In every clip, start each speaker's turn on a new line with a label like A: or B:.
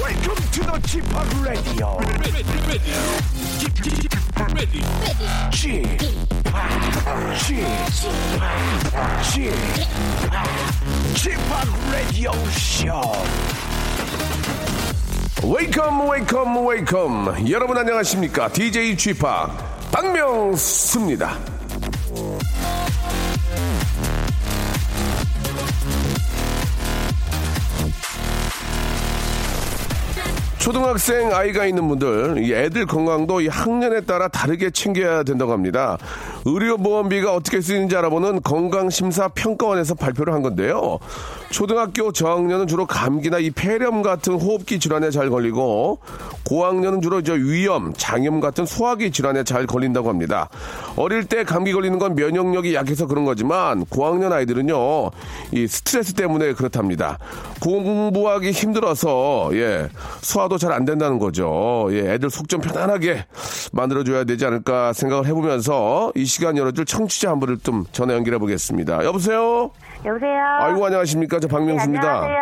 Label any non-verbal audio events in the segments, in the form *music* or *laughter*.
A: Welcome to the Chip Radio. Chip Chip Radio Show. Welcome, welcome, welcome. 여러분 안녕하십니까? DJ Chip 박명수입니다. 초등학생 아이가 있는 분들, 이 애들 건강도 이 학년에 따라 다르게 챙겨야 된다고 합니다. 의료보험비가 어떻게 쓰이는지 알아보는 건강심사평가원에서 발표를 한 건데요. 초등학교 저학년은 주로 감기나 이 폐렴 같은 호흡기 질환에 잘 걸리고, 고학년은 주로 저 위염, 장염 같은 소화기 질환에 잘 걸린다고 합니다. 어릴 때 감기 걸리는 건 면역력이 약해서 그런 거지만, 고학년 아이들은요, 이 스트레스 때문에 그렇답니다. 공부하기 힘들어서, 예, 소화도 잘 안 된다는 거죠. 예, 애들 속 좀 편안하게 만들어줘야 되지 않을까 생각을 해보면서 이 시간 열어줄 청취자 한 분을 좀 전화 연결해 보겠습니다. 여보세요?
B: 여보세요. 네,
A: 아이고, 안녕하십니까. 저 박명수입니다. 예,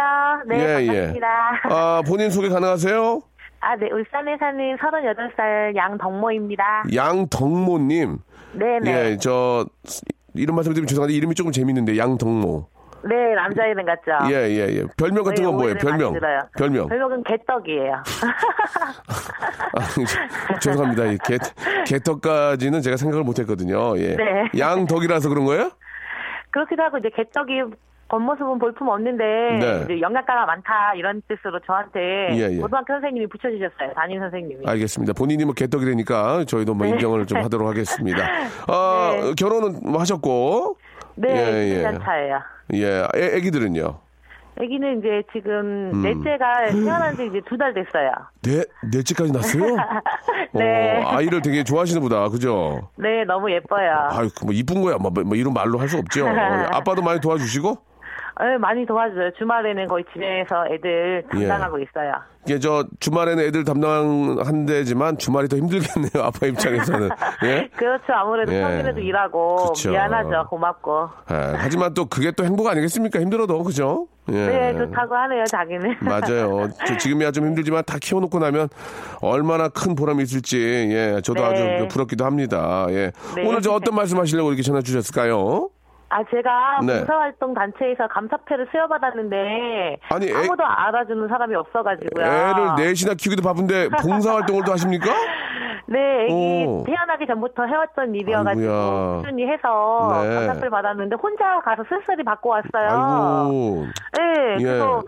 B: 안녕하세요. 네, 반갑습니다.
A: 아, 본인 소개 가능하세요?
B: 아, 네, 울산에 사는 38살 양덕모입니다.
A: 양덕모님.
B: 네네.
A: 예, 저, 이런 말씀 드리면 죄송한데 이름이 조금 재밌는데, 양덕모.
B: 네, 남자 이름 같죠?
A: 예, 예, 예. 별명 같은 건 뭐예요?
B: 오해를 많이
A: 별명.
B: 들어요.
A: 별명.
B: 별명은 개떡이에요. *laughs*
A: 아, *laughs* 죄송합니다. 이 개, 개떡까지는 제가 생각을 못했거든요. 예.
B: 네.
A: 양덕이라서 그런 거예요?
B: 그렇기도 하고 이제 개떡이 겉모습은 볼품 없는데
A: 네.
B: 이제 영양가가 많다 이런 뜻으로 저한테
A: 예, 예.
B: 고등학교 선생님이 붙여주셨어요. 담임 선생님이.
A: 알겠습니다. 본인이 뭐 개떡이라니까 저희도 뭐 인정을 좀 하도록 하겠습니다. 아,
B: 네.
A: 결혼은 뭐 하셨고, 예, 예.
B: 네, 1년 차예요.
A: 예, 애, 애기들은요?
B: 아기는 이제 지금
A: 음.
B: 넷째가 태어난 지 이제 두 달 됐어요.
A: 네, 넷째까지 났어요?
B: *laughs* 네.
A: 어, 아이를 되게 좋아하시는 보다, 그죠?
B: 네, 너무 예뻐요.
A: 아유, 그뭐 이쁜 거야. 뭐, 뭐 이런 말로 할 수 없죠. 어, 아빠도 많이 도와주시고?
B: 네, 많이 도와줘요. 주말에는 거의 집에서 애들
A: 예.
B: 담당하고 있어요.
A: 이게 저 주말에는 애들 담당한 데지만 주말이 더 힘들겠네요. *laughs* 아빠 입장에서는. 예?
B: 그렇죠. 아무래도
A: 예.
B: 평일에도 일하고
A: 그쵸.
B: 미안하죠. 고맙고.
A: 예, 하지만 또 그게 또 행복 아니겠습니까? 힘들어도 그죠? 예.
B: 네, 좋다고 하네요. 자기는.
A: 맞아요. 저 지금이야 좀 힘들지만 다 키워놓고 나면 얼마나 큰 보람이 있을지 예, 저도
B: 네.
A: 아주 그 부럽기도 합니다. 예.
B: 네.
A: 오늘 저 어떤 말씀하시려고 이렇게 전화 주셨을까요?
B: *laughs* 아, 제가
A: 네.
B: 봉사활동 단체에서 감사패를 수여받았는데
A: 아니, 애-
B: 아무도 알아주는 사람이 없어가지고요.
A: 애를 넷이나 키우기도 바쁜데 봉사 활동을 또 하십니까?
B: 네, 애기
A: 오.
B: 태어나기 전부터 해왔던 일이어가지고
A: 아이고야.
B: 꾸준히 해서
A: 네.
B: 감사패를 받았는데 혼자 가서 쓸쓸히 받고 왔어요.
A: 아이고.
B: 네,
A: 예.
B: 그래서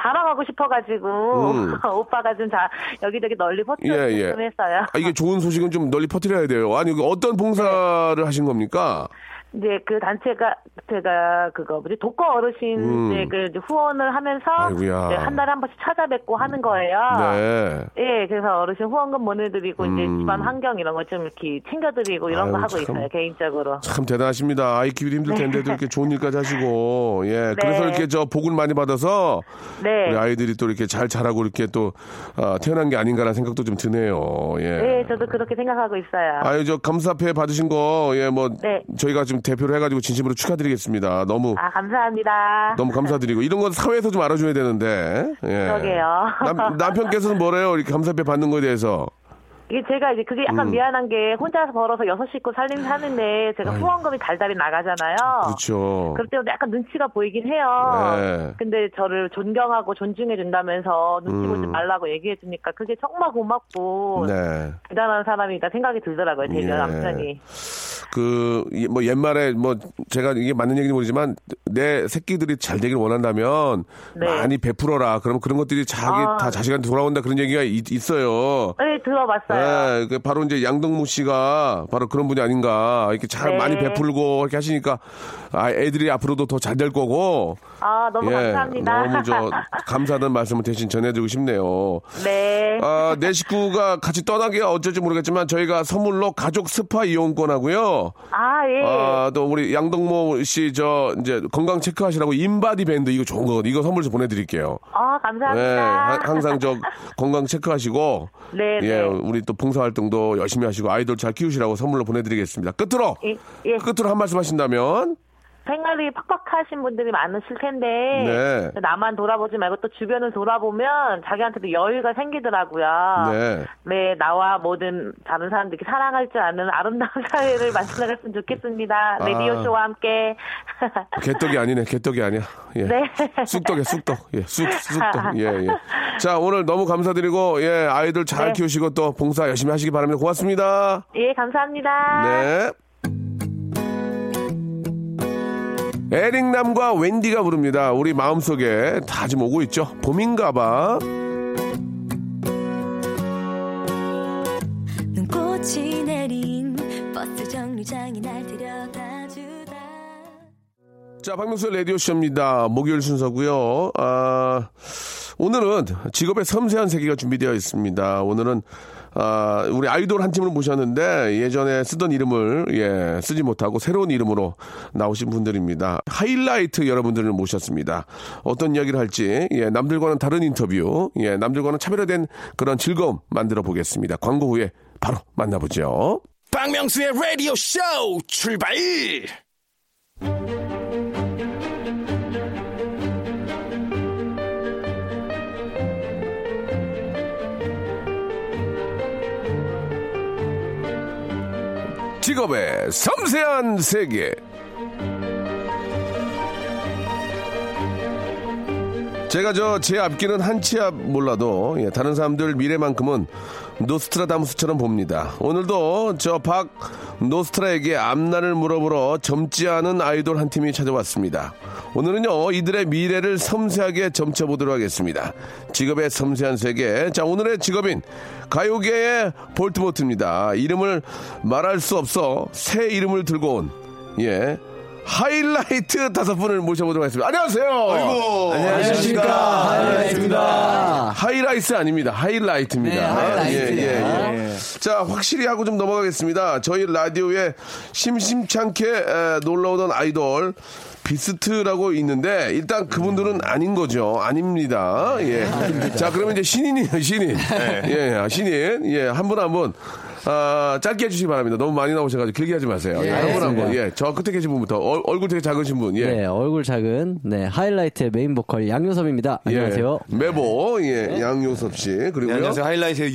B: 자랑하고 싶어가지고
A: 음.
B: *laughs* 오빠가 좀 자 여기저기 널리
A: 예, 예.
B: 퍼뜨렸으면 했어요.
A: 아, 이게 좋은 소식은 좀 널리 퍼뜨려야 돼요. 아니 이거 어떤 봉사를 하신 겁니까?
B: 이제 그 단체가 제가 그거 뭐지 독거 어르신
A: 음.
B: 이제 그 이제 후원을 하면서
A: 아이고야.
B: 이제 한 달에 한 번씩 찾아뵙고 하는 거예요.
A: 네.
B: 예, 그래서 어르신 후원금 보내드리고
A: 음.
B: 이제 집안 환경 이런 거 좀 이렇게 챙겨드리고 이런 거
A: 아유,
B: 하고
A: 참.
B: 있어요 개인적으로.
A: 참 대단하십니다. 아이 키우기 힘들 텐데도 이렇게 좋은 일까지 하시고,
B: *laughs*
A: 예. 그래서 이렇게 저 복을 많이 받아서
B: 네.
A: 우리 아이들이 또 이렇게 잘 자라고 이렇게 또 아, 태어난 게 아닌가라는 생각도 좀 드네요. 예.
B: 예, 저도 그렇게 생각하고 있어요.
A: 아유 저 감사패 받으신 거, 예, 뭐
B: 네.
A: 저희가 지금 대표로 해가지고 진심으로 축하드리겠습니다. 너무
B: 아, 감사합니다.
A: 너무 감사드리고 이런 건 사회에서 좀 알아줘야 되는데. 예.
B: 그러게요.
A: 남, 남편께서는 뭐래요? 이렇게 감사패 받는 거에 대해서.
B: 이게 제가 이제 그게
A: 음.
B: 약간 미안한 게 혼자서 벌어서 여섯 식구 살림 사는데 제가 후원금이 달달이 나가잖아요.
A: 그렇죠.
B: 어. 그럴 때마다 약간 눈치가 보이긴 해요.
A: 네.
B: 근데 저를 존경하고 존중해 준다면서 눈치 보지
A: 음.
B: 말라고 얘기해 주니까 그게 정말 고맙고
A: 네.
B: 대단한 사람이다 생각이 들더라고요. 되게
A: 예.
B: 남편이.
A: 그, 이- 뭐, 옛말에, 뭐, 제가 이게 맞는 얘기인지 모르지만, 내 새끼들이 잘 되길 원한다면,
B: 네.
A: 많이 베풀어라. 그럼 그런 것들이 자기,
B: 아.
A: 다 자식한테 돌아온다. 그런 얘기가 있, 어요
B: 네, 들어봤어요. 맞아요.
A: 예, 그 바로 이제 양동무 씨가 바로 그런 분이 아닌가. 이렇게 잘
B: 네.
A: 많이 베풀고 이렇게 하시니까 아, 애들이 앞으로도 더 잘 될 거고. 예,
B: 아, 너무 감사합니다.
A: 너무 저 감사하다는 말씀을 대신 전해드리고 싶네요.
B: *laughs* 네.
A: 아, 내 식구가 같이 떠나기가 어쩔지 모르겠지만 저희가 선물로 가족 스파 이용권 하고요.
B: 아, 예.
A: 아, 또 우리 양동모 씨 저 이제 건강 체크하시라고 인바디 밴드 이거 좋은 거거든요. 이거 선물 좀 보내드릴게요.
B: 아,
A: 예,
B: 감사합니다.
A: 하- 항상 저 건강 체크하시고
B: 네,
A: 예,
B: 네.
A: 우리 또 봉사 활동도 열심히 하시고 아이돌 잘 키우시라고 선물로 보내드리겠습니다. 끝으로
B: 예, 예.
A: 끝으로 한 말씀 하신다면
B: 생활이 팍팍하신 분들이 많으실 텐데
A: 네.
B: 나만 돌아보지 말고 또 주변을 돌아보면 자기한테도 여유가 생기더라고요.
A: 네.
B: 네, 나와 모든 다른 사람들이 사랑할 줄 아는 아름다운 *laughs* 사회를 만들어 갔으면 좋겠습니다.
A: 아.
B: 라디오 쇼와 함께. *laughs*
A: 개떡이 아니네, 개떡이 아니야. 예.
B: 네.
A: 쑥떡이야, 쑥떡. 예, 쑥,
B: *laughs*
A: 쑥떡. 예, 예. 자, 오늘 너무 감사드리고, 예, 아이들 잘
B: 네.
A: 키우시고 또 봉사 열심히 하시기 바랍니다. 고맙습니다.
B: 예, 감사합니다.
A: 네. 에릭남과 wendy가 부릅니다. 우리 마음속에 다 지금 오고 있죠. 봄인가 봐.
C: 눈꽃이 내린 버스 정류장이 날 데려다주다
A: 자, 박명수 라디오쇼입니다. 목요일 순서고요 아, 오늘은 직업의 섬세한 세계가 준비되어 있습니다. 오늘은, 아, 우리 아이돌 한 팀을 모셨는데 예전에 쓰던 이름을, 예, 쓰지 못하고 새로운 이름으로 나오신 분들입니다. 하이라이트 여러분들을 모셨습니다. 어떤 이야기를 할지, 예, 남들과는 다른 인터뷰, 예, 남들과는 차별화된 그런 즐거움 만들어 보겠습니다. 광고 후에 바로 만나보죠.
D: 박명수의 라디오 쇼 출발!
A: 직업의 섬세한 세계. 제가 저 제 앞길은 한 치 앞 몰라도 예, 다른 사람들 미래만큼은 노스트라다무스처럼 봅니다. 오늘도 저 박 노스트라에게 앞날을 물어보러 젊지 않은 아이돌 한 팀이 찾아왔습니다. 오늘은요 이들의 미래를 섬세하게 점쳐보도록 하겠습니다. 직업의 섬세한 세계. 자 오늘의 직업인 가요계의 볼트모트입니다. 이름을 말할 수 없어 새 이름을 들고 온 예. 하이라이트 다섯 분을 모셔보도록 하겠습니다. 안녕하세요.
E: 안녕하십니까. 하이라이트입니다.
A: 하이라이트 아닙니다. 하이라이트입니다.
E: 네, 하이라이트예요.
A: 자, 확실히 하고 좀 넘어가겠습니다. 저희 라디오에 심심찮게 에, 놀러오던 아이돌 비스트라고 있는데 일단 그분들은 아닌 거죠. 아닙니다.
E: 네.
A: 예. 자, 그러면 이제 신인이에요, 신인. 예, 신인. 예, 한 분 한 분. 아, 짧게 해주시기 바랍니다. 너무 많이 나오셔가지고 길게 하지 마세요. 예, 한 분 한 분.
E: 알겠습니다.
A: 예, 저 끝에 계신 분부터. 얼, 얼굴 되게 작으신 분. 예.
E: 네, 얼굴 작은 네 하이라이트의 메인 보컬 양요섭입니다. 안녕하세요. 네.
A: 예, 메보, 예, 양요섭 씨. 그리고요.
D: 네, 안녕하세요. 하이라이트의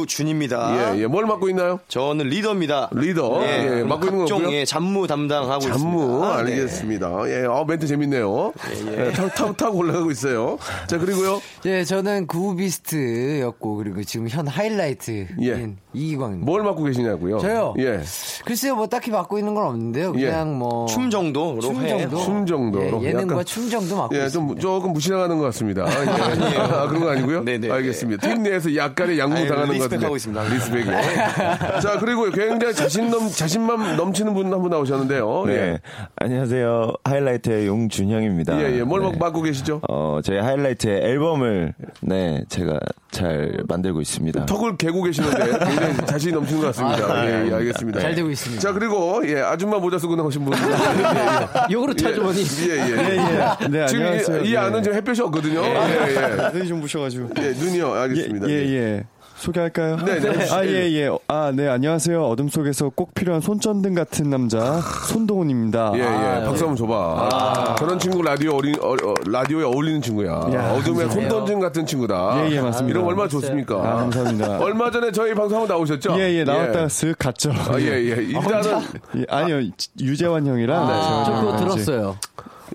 D: 윤두준입니다.
A: 예, 예. 뭘 맡고 있나요?
D: 저는 리더입니다.
A: 리더. 예,
D: 예,
A: 맡고 있는 거고요.
D: 각종 예, 잡무 담당하고
A: 잠무
D: 있습니다. 아, 네.
A: 알겠습니다. 예, 어 멘트 재밌네요. 예, 타고 타고 타고 올라가고 있어요. 자 그리고요.
F: 예, 저는 구비스트였고 그리고 지금 현 하이라이트인
A: 예.
F: 이기광입니다.
A: 뭘 맡고 계시냐고요?
F: 저요?
A: 예,
F: 글쎄요, 뭐 딱히 맡고 있는 건 없는데요.
A: 예.
F: 그냥 뭐
D: 춤 정도로
F: 춤
D: 해.
F: 정도,
A: 춤 정도로.
F: 예, 예능과
A: 약간-
F: 춤 정도 맡고
A: 예, 좀
F: 있습니다.
A: 조금 무시당하는 것 같습니다. 아, 예. 아, 그런 거 아니고요?
D: 네네.
A: 알겠습니다. 팀 내에서 약간의 양무
D: 아니,
A: 당하는 것 같은데.
D: 리스펙하고 있습니다. 네.
A: 리스펙이요. 자 그리고 굉장히 자신 넘 자신감 넘치는 분 한 분 나오셨는데요.
G: 네. 안녕하세요. 하이라이트의 용준형입니다.
A: 예, 예. 뭘
G: 네.
A: 막 맡고 계시죠?
G: 어, 저희 하이라이트의 앨범을 네, 제가 잘 만들고 있습니다.
A: 턱을 개고 계시는데 굉장히 자신이 넘치는 것 같습니다.
D: 아, 네.
A: 예, 예, 알겠습니다.
F: 잘 되고 있습니다.
A: 자, 그리고 예, 아줌마 모자 쓰고 나오신 분. 예,
E: *laughs* 요구르트 아주머니.
A: 예, 예. 예, 예.
G: 네,
A: 지금
G: 안녕하세요.
A: 이, 이
G: 네.
A: 안은 지금 햇볕이 없거든요.
G: *laughs*
A: 예, 예.
G: 눈이 좀 부셔가지고.
A: 예, 눈이요. 알겠습니다.
G: 예, 예, 예. 소개할까요?
A: 네, 네.
G: 아, 예, 예. 아, 네, 안녕하세요. 어둠 속에서 꼭 필요한 손전등 같은 남자, 손동훈입니다.
A: 예, 예. 박수 한번 줘봐. 저런 친구 라디오 어린, 어, 어, 라디오에 어울리는 친구야.
G: 아. 야,
A: 어둠의 손던진 같은 친구다.
G: 예, 예, 맞습니다.
A: 이런 거 얼마나 좋습니까?
G: 아, 감사합니다.
A: 얼마 전에 저희 방송 한번 나오셨죠?
G: 예, 예, 나왔다가 슥 갔죠.
A: 아, 예, 예. 일단은,
G: 예, 아니요, 유재환 형이랑. 네,
E: 아, 저
G: 재환
E: 그거
G: 형이랑 같이.
E: 들었어요.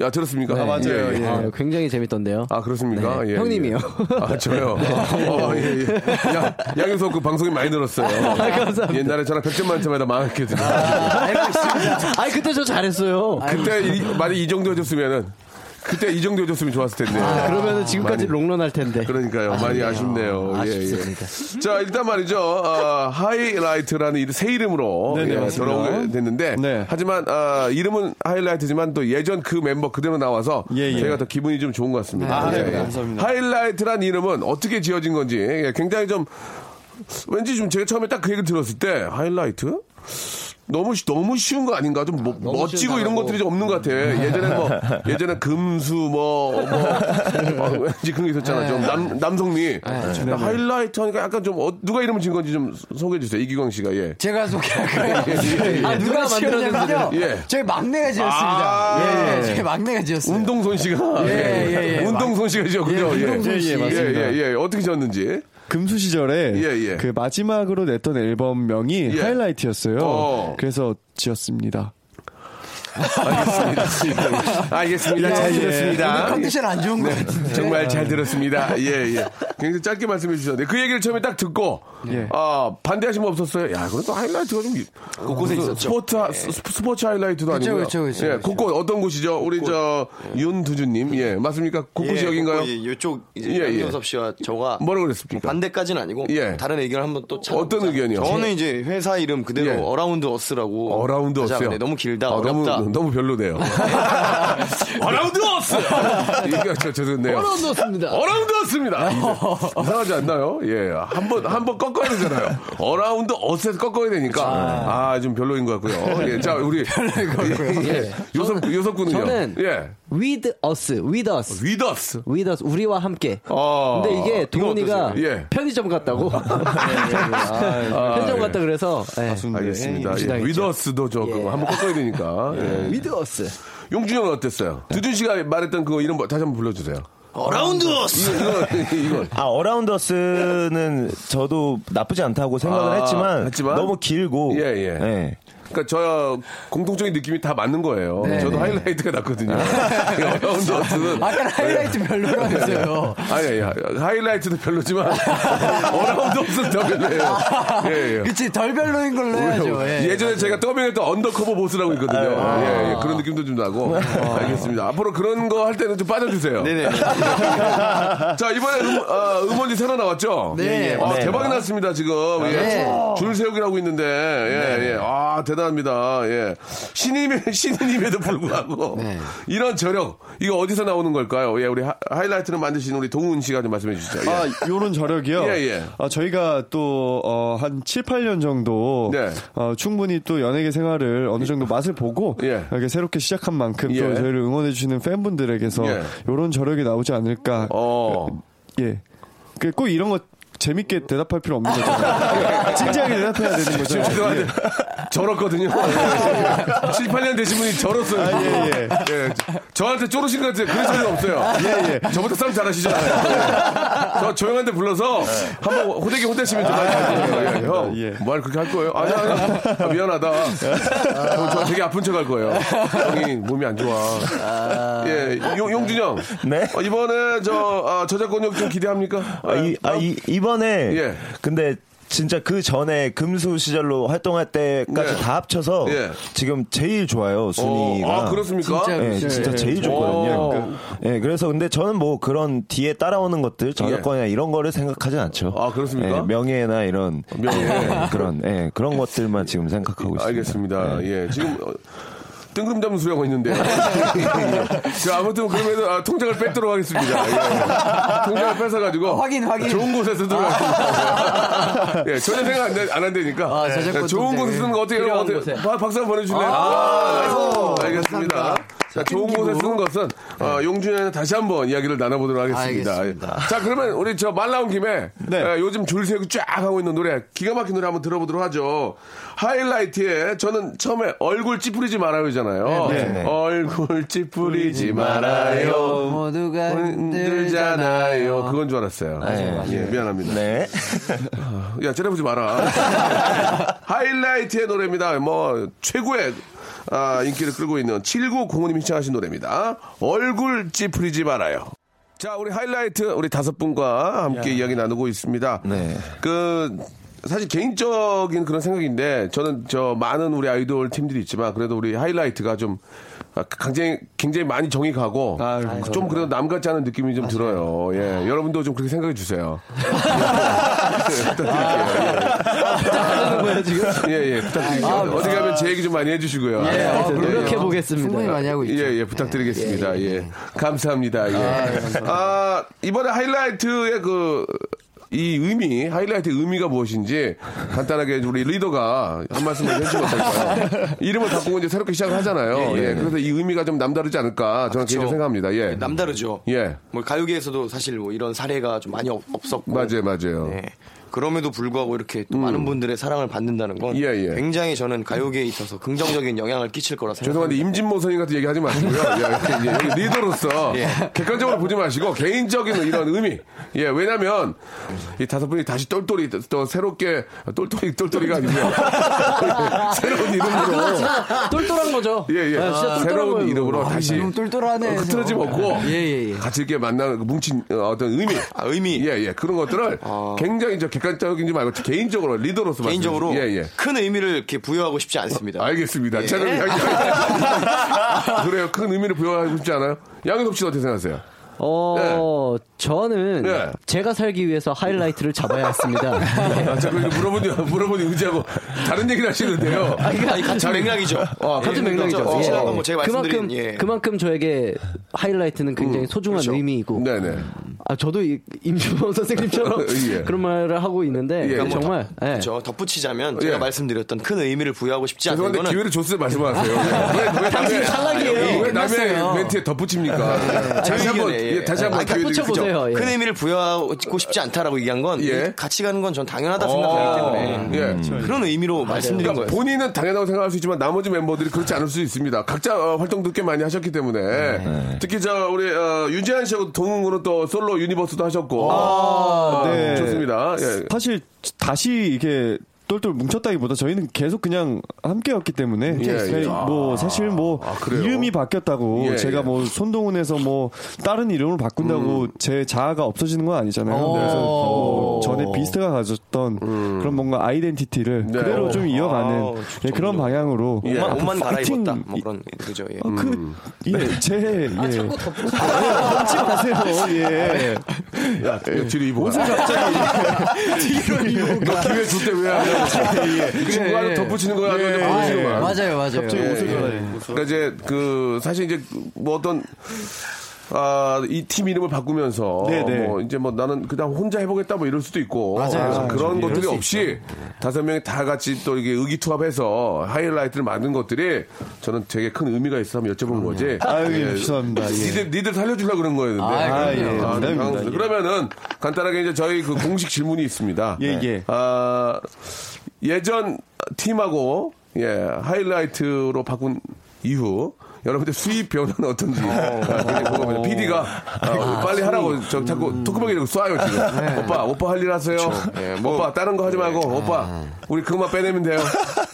A: 야, 들었습니까?
G: 아, 맞아요.
A: 예, 예.
G: 예.
E: 아, 굉장히 재밌던데요.
A: 아 그렇습니까?
E: 네,
A: 예,
E: 형님이요.
A: 예.
G: *laughs*
A: 아 저요.
G: 네.
A: 어, 예, 예. 야, 양윤석 그 방송이 많이 늘었어요.
G: 아,
E: 감사합니다.
A: 옛날에 저랑 100점 만점에다 망했거든요.
E: 아, 아니 그때 저 잘했어요.
A: 그때 이, 만약 이 정도 해줬으면은 그때 이 정도 해줬으면 좋았을 텐데.
E: 아, 그러면은 지금까지
A: 많이.
E: 롱런 할 텐데.
A: 그러니까요. 많이 아쉽네요. 예, 예.
E: 아쉽습니다.
A: 자, 일단 말이죠. 아, 하이라이트라는 이름- 새 이름으로
G: 네네,
A: 예,
G: 맞습니다.
A: 돌아오게 됐는데.
G: 네.
A: 하지만, 아, 이름은 하이라이트지만 또 예전 그 멤버 그대로 나와서
G: 예, 예.
A: 저희가 더 기분이 좀 좋은 것 같습니다. 예,
G: 아, 네, 감사합니다.
A: 하이라이트란 이름은 어떻게 지어진 건지 예, 굉장히 좀 왠지 좀 제가 처음에 딱 그 얘기를 들었을 때 하이라이트? 너무 쉬- 너무 쉬운 거 아닌가 좀 뭐-
D: 너무
A: 멋지고
D: 쉬운
A: 이런
D: 단어고.
A: 것들이 좀 없는 것 같아. 예전에 뭐 예전에 금수 뭐뭐 왠지 그런 게 있었잖아. 좀 남 남성미 나 하이라이트 하니까 약간 좀 어- 누가 이름을 지은 건지 좀 소개해 주세요. 이기광 씨가 예.
F: 제가 소개할까요?
A: *laughs* 예, 예.
F: 아, 누가 만들었냐면요.
A: 예.
F: 저희 막내가 지었습니다.
A: 아.
F: 예, 예. 저희 막내가 지었어요.
A: 운동손 씨가
F: 예, 예, 예.
A: 운동손 씨가 지었군요.
F: 예, 운동손 씨. 예, 예,
A: 예,
G: 맞습니다.
A: 예, 예. 어떻게 *laughs* 지었는지.
G: 금수 시절에
A: 예, 예.
G: 그 마지막으로 냈던 앨범명이
A: 예.
G: 하이라이트였어요.
A: 어.
G: 그래서 지었습니다.
A: 알겠습니다. 알겠습니다. 예. 잘
F: 오늘
A: 들었습니다.
F: 컨디션 안 좋은 것 같은데.
A: 네. *laughs* 정말 잘 들었습니다. 예, 예. 굉장히 짧게 말씀해 주셨는데 그 얘기를 처음에 딱 듣고
G: 예.
A: 아, 반대하신 분 없었어요. 야, 그건 또 하이라이트가 좀 곳곳에 있었죠. 예. 스포츠 하- 스- 스포츠 하이라이트도
F: 그쵸,
A: 아니고요.
F: 그쵸, 그쵸,
A: 예,
F: 그쵸.
A: 곳곳 어떤 곳이죠? 우리 저 윤두준 님. 예. 맞습니까? 곳곳이 여긴가요?
D: 이쪽
A: 예, 예.
D: 이제 양현섭 씨와 저가
A: 뭐라고 그랬습니까?
D: 반대까지는 아니고
A: 예.
D: 다른 의견을 한번 또 찾아.
A: 어떤 의견이요?
D: 저는 이제 회사 이름 그대로
A: 예.
D: 어라운드 어스라고.
A: 어라운드
D: 하자.
A: 어스요.
D: 근데 너무 길다.
A: 아, 너무
D: 어렵다.
A: 너무 별로네요. *laughs* 어라운드 어스. 이거 저 죄송해요.
E: 롱런 넣었습니다.
A: 어라운드 어스입니다. 이제 이상하지 않나요? 예, 한번 한 번 꺾어야 되잖아요. 어라운드 어스에서 꺾어야 되니까 아 좀 별로인 것 같고요. 예, 자 우리 예, 예. 요섭 요섭 군은요.
E: 저는-
A: 예,
E: With us, with us.
A: 위더스.
E: With us, 우리와 함께.
A: 어.
E: 근데 아, 이게 동훈이가
A: 어떠세요? 예.
E: 편의점 갔다고. 편의점
A: 예.
E: 갔다 그래서. 예.
A: 알겠습니다. 예,
E: 지나겠죠.
A: 위더스도 저 그거 한번 꺾어야 되니까. 예.
E: With us.
A: 용준형은 어땠어요? 두준 씨가 말했던 그거 이름 뭐- 다시 한번 불러주세요.
D: 어라운드 어스.
A: 이거 이거
H: 아 어라운더스는 저도 나쁘지 않다고 생각을
A: 아,
H: 했지만,
A: 했지만?
H: 너무 길고
A: 예, 예. 그러니까 저 공통적인 느낌이 다 맞는 거예요. 저도 하이라이트가 났거든요. *laughs* 어라운드 어스는
F: 아까 하이라이트 별로라면서요.
A: 아예 예. 하이라이트도 별로지만 *laughs* 어라운드 없으면 더 별로예요.
F: 아.
A: 예, 예.
F: *laughs* 그치, 덜 별로인 걸로 해야죠. 예.
A: 예전에 제가 더빙했던 언더커버 보스라고 있거든요. 예, 예. 그런 느낌도 좀 나고. 아, 알겠습니다. 앞으로 그런 거 할 때는 좀 빠져주세요.
D: 네네.
A: *laughs* 자, 이번에 음, 원이 새로 나왔죠?
F: 네.
A: 아,
H: 네.
A: 대박이 났습니다, 지금. 예. 줄 세우기라고 있는데, 예, 예. 아, 대단합니다. 예. 신임에, *laughs* 신임에도 불구하고. 이런 저력, 이거 어디서 나오는 걸까요? 예, 우리 하, 이라이트를 만드신 우리 동훈 씨가 좀 말씀해 주시죠. 예.
G: 아, 요런 저력이요?
A: 예, 예.
G: 아, 저희가 또, 어, 한 7, 8년 정도,
A: 네.
G: 어, 충분히 또 연예계 생활을 어느 정도 맛을 보고,
A: 예.
G: 이렇게 새롭게 시작한 만큼
A: 예.
G: 또 저희를 응원해주시는 팬분들에게서
A: 예.
G: 요런 저력이 나오지 않을까.
A: 어.
G: 예. 그 꼭 이런 거 재밌게 대답할 필요 없는
A: *laughs*
G: 거잖아요. 진지하게 대답해야 되는 거죠.
A: 죄송한데 절었거든요. 7, 8년 되신 분이 절었어요.
G: 예, 예.
A: 예, 저한테 쪼르신 것 같아요. 그런 소리 없어요. 예, 예. 저보다 싸움 잘하시잖아요. 예. 저 조용한 데 불러서 한번 호되게 호되시면 좀 많이 하세요. 예, 형,
G: 예.
A: 말 그렇게 할 거예요? 아니, 아니, 아, 미안하다. 저, 저 되게 아픈 척 할 거예요. 형이 몸이 안 좋아. 예, 용, 용준 형.
H: 네.
A: 어, 이번에 저, 아, 저작권역 좀 기대합니까?
H: 아, 이, 아, 이, 이번에
A: 예.
H: 근데 진짜 그 전에 금수 시절로 활동할 때까지
A: 네.
H: 다 합쳐서
A: 예.
H: 지금 제일 좋아요
A: 어,
H: 순위가.
A: 아, 그렇습니까? 어.
F: 진짜
H: 예, 진짜
F: 네.
H: 제일
A: 오.
H: 좋거든요. 그, 예, 그래서 근데 저는 뭐 그런 뒤에 따라오는 것들, 저작권이나 이런 거를 생각하진 않죠.
A: 예. 아, 그렇습니까?
H: 예, 명예나 이런
A: 명예.
H: 예, 그런 예, 그런 것들만 지금 생각하고 있습니다.
A: 알겠습니다.
H: 예.
A: 예, 지금 어, 뜬금 잡는 소리 하고 있는데. *laughs* 자, 아무튼 그러면 아, 통장을 뺏도록 하겠습니다. 예. 통장을 뺏어가지고
F: 아, 확인, 확인.
A: 좋은 곳에 쓰도록 하겠습니다. 예, 전혀 생각 안, 되- 안 한다니까.
F: 아, 저작권
A: 예, 좋은
F: 통장을.
A: 곳에 쓰는 거 어떻게 해요?
E: 필요한
A: 어떻게
E: 곳에.
A: 바- 박수 한번 보내주실래요? 아, 알겠습니다. 자, 좋은 곳에 쓰는 것은 어,
F: 네.
A: 용준이한테 다시 한번 이야기를 나눠보도록 하겠습니다.
F: 알겠습니다.
A: 예. 자, 그러면 우리 저 말 나온 김에
G: 네.
A: 예, 요즘 줄 세우고 쫙 하고 있는 노래 기가 막힌 노래 한번 들어보도록 하죠. 하이라이트에 저는 처음에 얼굴 찌푸리지 말아요잖아요.
H: 네, 네.
A: 얼굴 찌푸리지 말아요.
F: 모두가
A: 음, 힘들잖아요. 그건 줄 알았어요. 예, 미안합니다.
H: 네.
A: *laughs* 야, 째려보지 마라. *laughs* 하이라이트의 노래입니다. 뭐, 최고의 아, 인기를 끌고 있는 7905님이 신청하신 노래입니다. 얼굴 찌푸리지 말아요. 자, 우리 하이라이트, 우리 다섯 분과 함께 이야기 나누고 있습니다.
H: 네.
A: 그, 사실 개인적인 그런 생각인데, 저는 저 많은 우리 아이돌 팀들이 있지만, 그래도 우리 하이라이트가 좀, 아, 굉장히, 굉장히 많이 정이 가고 좀 그래도 남 같지 않은 느낌이 좀 들어요.
F: 아.
A: 예, 여러분도 좀 그렇게 생각해
F: *laughs*
A: 주세요. 예, 예예 부탁드릴게요.
F: 아,
A: 어디 가면 제 얘기 좀 많이 해주시고요.
F: 예,
A: 아,
F: 알겠습니다.
A: 그래요?
F: 노력해 보겠습니다. 충분히 많이 하고 있죠.
A: 예, 예 부탁드리겠습니다. 예, 감사합니다. 예.
F: 아,
A: 아, 이번에 하이라이트의 그. 이 의미, 하이라이트 의미가 무엇인지 간단하게 우리 리더가 한 말씀을 해주시면 *laughs* 어떨까요? 이름을 바꾸고 이제 새롭게 시작을 하잖아요. 예,
D: 예, 예.
A: 그래서 이 의미가 좀 남다르지 않을까 저는
D: 그쵸.
A: 개인적으로 생각합니다. 예.
D: 남다르죠.
A: 예.
D: 뭐 가요계에서도 사실 뭐 이런 사례가 좀 많이 없, 었고
A: 맞아요, 맞아요.
D: 네. 그럼에도 불구하고 이렇게 또 많은 분들의 사랑을 받는다는 건
A: 음. 예, 예.
D: 굉장히 저는 가요계에 있어서 긍정적인 영향을 끼칠 거라 생각합니다.
A: 죄송한데 임진모 선생님 같은 얘기 하지 마시고요. 예, 예, 예, 여기 리더로서
D: 예.
A: 객관적으로 보지 마시고 개인적인 이런 의미. 예, 왜냐면 이 다섯 분이 다시 똘똘이 또 새롭게 똘똘이 똘똘이가 아니고요. 새로운 이름으로
E: 똘똘한 거죠.
A: 예, 예.
E: 아, 진짜 똘똘한
A: 새로운
E: 거예요.
A: 이름으로
E: 아,
A: 다시
F: 너무 음, 똘똘하네.
A: 어, 흐트러짐 없고
F: 예, 예, 예.
A: 같이 이렇게 만나는 그 뭉친 어, 어떤 의미.
D: 의미.
A: 예, 예. 그런 것들을 굉장히 저 객관적인지 말고 개인적으로 리더로서
D: 개인적으로
A: 말씀해 주세요. 예, 예.
D: 큰 의미를 이렇게 부여하고 싶지
E: 네.
D: 않습니다.
A: 알겠습니다.
D: 예.
A: 저는
E: *laughs*
A: 양- 그래요. 큰 의미를 부여하고 싶지 않아요? 양현섭 씨는 어떻게 생각하세요?
E: 어,
D: 네.
E: 저는
A: 예.
E: 제가 살기 위해서 하이라이트를 잡아야
D: *laughs*
E: 했습니다.
D: 네,
A: 아, 자꾸 이렇게 물어보니, 물어보니 의지하고 다른 얘기를 하시는데요.
D: 아니, 같은 맥락이죠.
A: 어,
E: 같은
D: 예,
E: 맥락이죠.
D: 그렇죠.
E: 예.
D: 지난번 뭐 제가 말씀드린
E: 그만큼
D: 예. 음, 그렇죠.
E: 그만큼 저에게 하이라이트는 굉장히 소중한 의미이고.
A: 네네.
E: 아 저도 이-
D: *laughs*
E: 임준범 선생님처럼
A: 예.
E: 그런 말을 하고 있는데
A: 예.
E: 정말 예.
D: 그렇죠. 덧붙이자면 제가
A: 예.
D: 말씀드렸던 큰 의미를 부여하고 싶지 않은
A: 죄송한데
D: 거는
A: 기회를 줬어요 말씀하세요. 왜, 왜
E: 네, 아, 당신이
A: 남의-
E: 탈락이에요.
A: 왜 남의
E: 끝났어요. 네.
A: 멘트에 덧붙입니까? 다시 한번
D: 의견에,
A: 예, 다시 한번
D: 아,
A: 기회
E: 덧붙여
A: 드리겠습니다.
E: 보세요. 예.
D: 큰 의미를 부여하고 싶지 않다라고 얘기한 건
A: 예.
D: 같이 가는 건 전 당연하다
A: 어,
D: 생각하기 때문에
A: 예.
E: 음, 그렇죠.
D: 그런 의미로 말씀드린
A: 그러니까
D: 거예요.
A: 본인은 당연하다고 생각할 수 있지만 나머지 멤버들이 그렇지 않을 수 있습니다. 각자 어, 활동도 꽤 많이 하셨기 때문에 특히 저 우리 어, 윤재한 씨하고 동으로 또 솔로 유니버스도 하셨고 아,
G: 네.
A: 좋습니다. 예.
G: 사실 다시 이게 똘똘 뭉쳤다기보다 저희는 계속 그냥 함께였기 때문에
A: 예, 예.
G: 저희 뭐 사실 뭐
A: 그래요?
G: 이름이 바뀌었다고
A: 예,
G: 제가
A: 예.
G: 뭐 손동훈에서 뭐 다른 이름을 바꾼다고
A: 음.
G: 제 자아가 없어지는 건 아니잖아요. 그래서 뭐 전에 비스트가 가졌던 그런 뭔가 아이덴티티를
A: 음. 네.
G: 그대로 좀 이어가는
D: 아,
G: 예, 그런 방향으로
D: 옷만, 옷만
A: 어,
G: 파이팅!
D: 갈아입었다. 아, 뭐 그런 그죠. 예.
G: 어,
A: 음.
G: 그,
A: 네.
G: 예, 제, 예.
F: 자꾸 덮고
G: 넘지 마세요, 예.
A: 야, 그 뒤로 입어. 옷을 갑자기 *laughs* 뒤로 입어. 너 기회 줄 때 왜 하냐고. 그 친구 하나 덧붙이는 거야.
G: 예.
A: 아니면 보여주는 거야.
F: 네. 맞아요, 맞아요.
G: 갑자기 옷을
A: 예, 예. 그러니까 이제 그 사실 이제 뭐 어떤 아, 이 팀 이름을 바꾸면서
G: 네, 네.
A: 뭐 이제 뭐 나는 그냥 혼자 해보겠다 뭐 이럴 수도 있고
F: 맞아요.
A: 아, 그런
F: 예,
A: 것들이
F: 그럴 수
A: 없이 다섯 명이 다 같이 또 이게 의기투합해서 하이라이트를 만든 것들이 저는 되게 큰 의미가 있어 한번 여쭤본 거지.
G: 아유, 예, 죄송합니다. 예.
A: 니들, 니들 살려주려고 그런 거였는데.
F: 아,
G: 예, 그럼요.
A: 아, 네,
G: 부담입니다.
A: 당황스러워. 그러면은 간단하게 이제 저희 그 공식 질문이 있습니다.
G: 예, 예.
A: 아, 예전 팀하고 예, 하이라이트로 바꾼 이후 여러분들 수입 변화는 어떤지 아, PD가 아, 빨리
D: 아,
A: 하라고 저 자꾸
D: 음.
A: 토크방이라고 쏴요 지금
D: 네.
A: 오빠 오빠 할 일 하세요
D: 예, 뭐-
A: 오빠 다른 거 하지 말고 오빠
D: 아.
A: 우리 그것만 빼내면 돼요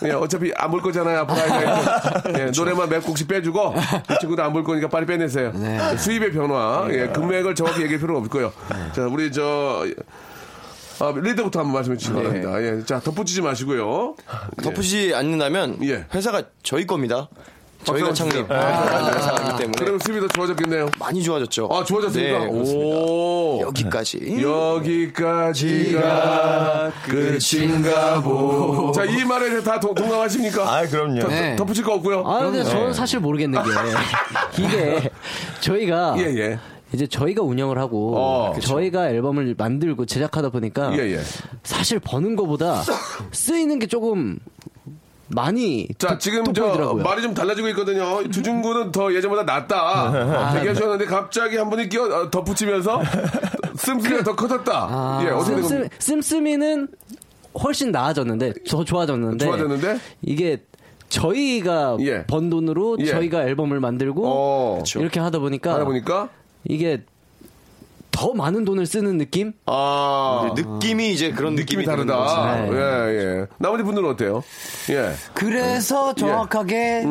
A: 예, 어차피 안 볼 거잖아요 앞으로 하이라이트 예, 노래만 몇 곡씩 빼주고 이 친구도 안 볼 거니까 빨리 빼내세요
D: 네.
A: 수입의 변화 예, 금액을 정확히 얘기할 필요는 없고요 자 우리 저 아, 리더부터 한번 말씀해 주시기
D: 네.
A: 바랍니다. 예. 자, 덧붙이지 마시고요.
D: 덮으지 않는다면
A: 예.
D: 회사가 저희 겁니다. 저희가
A: 박수
D: 창립
A: 한번 주세요.
D: 회사이기 때문에
A: 그러면 수비 더 좋아졌겠네요.
D: 많이 좋아졌죠.
A: 아, 좋아졌습니까?
D: 네, 그렇습니다.
A: 오. 예.
D: 여기까지.
A: 여기까지가 끝인가 보. 자, 이 말에 다 동, 감하십니까
H: 아, 그럼요.
F: 네.
A: 덧붙일 거 없고요.
E: 아 근데
D: 네.
E: 저는 사실
D: *laughs*
E: 모르겠는 게 이게 저희가
A: 예, 예.
E: 이제 저희가 운영을 하고
A: 어, 그쵸.
E: 저희가 앨범을 만들고 제작하다 보니까
A: 예, 예.
E: 사실 버는 거보다 쓰이는 게 조금 많이
A: 자,
E: 돋-
A: 지금 저
E: 돋보이더라고요.
A: 말이 좀 달라지고 있거든요. 주중구는 더 예전보다 *laughs* 낫다. 얘기하셨는데 갑자기 한 분이 끼어 어, 덧붙이면서 *laughs* 씀씀이가 더 커졌다. 예, 어떻게 된 겁니까?
E: 씀씀, 이는 훨씬 나아졌는데 더 좋아졌는데
A: 좋아졌는데?
E: 이게 저희가
A: 예.
E: 번 돈으로
A: 예.
E: 저희가 앨범을 만들고
A: 어, 그쵸.
E: 이렇게 하다 보니까,
A: 하다 보니까
E: 이게 더 많은 돈을 쓰는 느낌?
A: 아,
D: 이제 느낌이 이제 그런
A: 느낌이
D: 느낌이 드는
A: 다르다.
E: 거지.
A: 예, 예. 나머지 분들은 어때요? 예.
F: 그래서 정확하게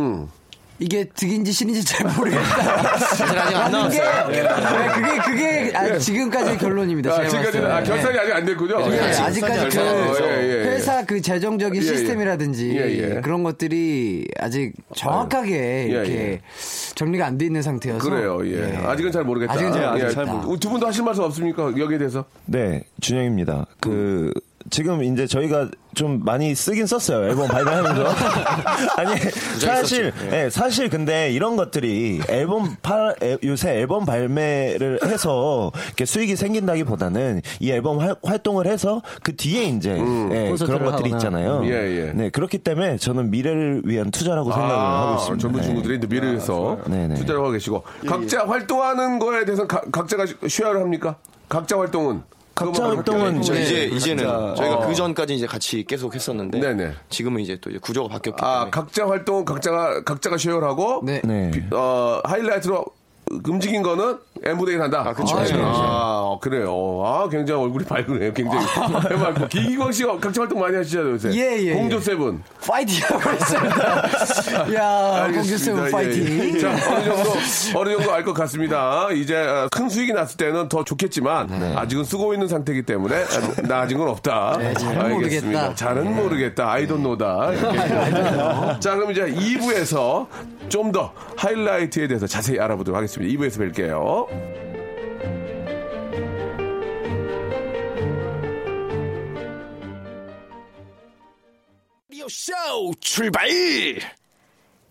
F: 이게 득인지 실인지 잘 모르겠다.
E: 사실 아직 안
F: 맞는 게-
E: 나왔어요.
F: 네, 그게 그게 아,
A: 예.
F: 지금까지의 결론입니다.
A: 아,
F: 제가
A: 지금까지
F: 봤을
A: 아,
F: 때.
A: 결산이 아직 안 됐군요.
F: 네,
A: 예.
F: 아직까지 그
A: 결산이 안 돼서.
F: 회사 그 재정적인
A: 예, 예.
F: 시스템이라든지
A: 예, 예.
F: 그런 것들이 아직 정확하게 이렇게
A: 예.
F: 정리가 안 돼 있는 상태여서
A: 그래요. 예.
F: 네.
A: 아직은 잘 모르겠다.
F: 아직은 잘
A: 예.
F: 모르겠다.
A: 어, 두 분도 하실 말씀 없습니까? 여기에 대해서.
H: 네, 준영입니다. 그 지금 이제 저희가 좀 많이 쓰긴 썼어요. 앨범 발매하면서. *laughs* 아니, 사실
D: 썼죠. 예.
H: 예, 사실 근데 이런 것들이 앨범 팔 에- 요새 앨범 발매를 해서 이렇게 수익이 생긴다기보다는 이 앨범 활, 활동을 해서 그 뒤에 이제 예,
E: 콘서트를
H: 그런 것들이
E: 하거나.
H: 있잖아요.
A: 음. 예, 예.
H: 네, 그렇기 때문에 저는 미래를 위한 투자라고 생각을 하고
A: 아,
H: 있습니다.
F: 네.
A: 젊은 친구들이 이제 미래를 위해서
F: 아,
H: 네, 네.
A: 투자를 하고 계시고
D: 예,
A: 각자 활동하는 거에 대해서 가- 각자가 쉐어를 합니까? 각자 활동은
H: 각자 활동은
A: 네.
D: 저 이제 이제는
H: 각자-
D: 저희가
A: 어.
D: 그 전까지 이제 같이 계속 했었는데
A: 네네.
D: 지금은 이제 또 이제 구조가 바뀌었기 때문에
A: 아 각자 활동 각자가 각자가 쉐어를 하고
F: 네.
H: 네.
A: 비- 어, 하이라이트로 움직인 거는 엠브데이를 한다. 아,
D: 그쵸.
A: 아,
D: 네.
A: 그래요. 아, 굉장히 얼굴이 밝으네요.
D: *laughs*
A: 굉장히. 밝고. 김기광 씨가 각자 활동 많이 하시잖아요, 요새.
F: 예, 예,
A: 공조
F: 예.
A: 세븐.
F: 파이팅하고
A: *laughs*
F: 있습니다. 야,
A: 알겠습니다.
F: 공주쌤
A: 예,
F: 파이팅.
A: 예. 자, 어느 정도, 어느 정도 알 것 같습니다. 이제 어, 큰 수익이 났을 때는 더 좋겠지만, 아직은 쓰고 있는 상태이기 때문에 나아진 건 없다.
F: 네, 잘은 모르겠다. 네.
A: 잘은 모르겠다. 아이돈 노다. 자, 그럼 이제 2부에서 좀 더 하이라이트에 대해서 자세히 알아보도록 하겠습니다. 2부에서 뵐게요.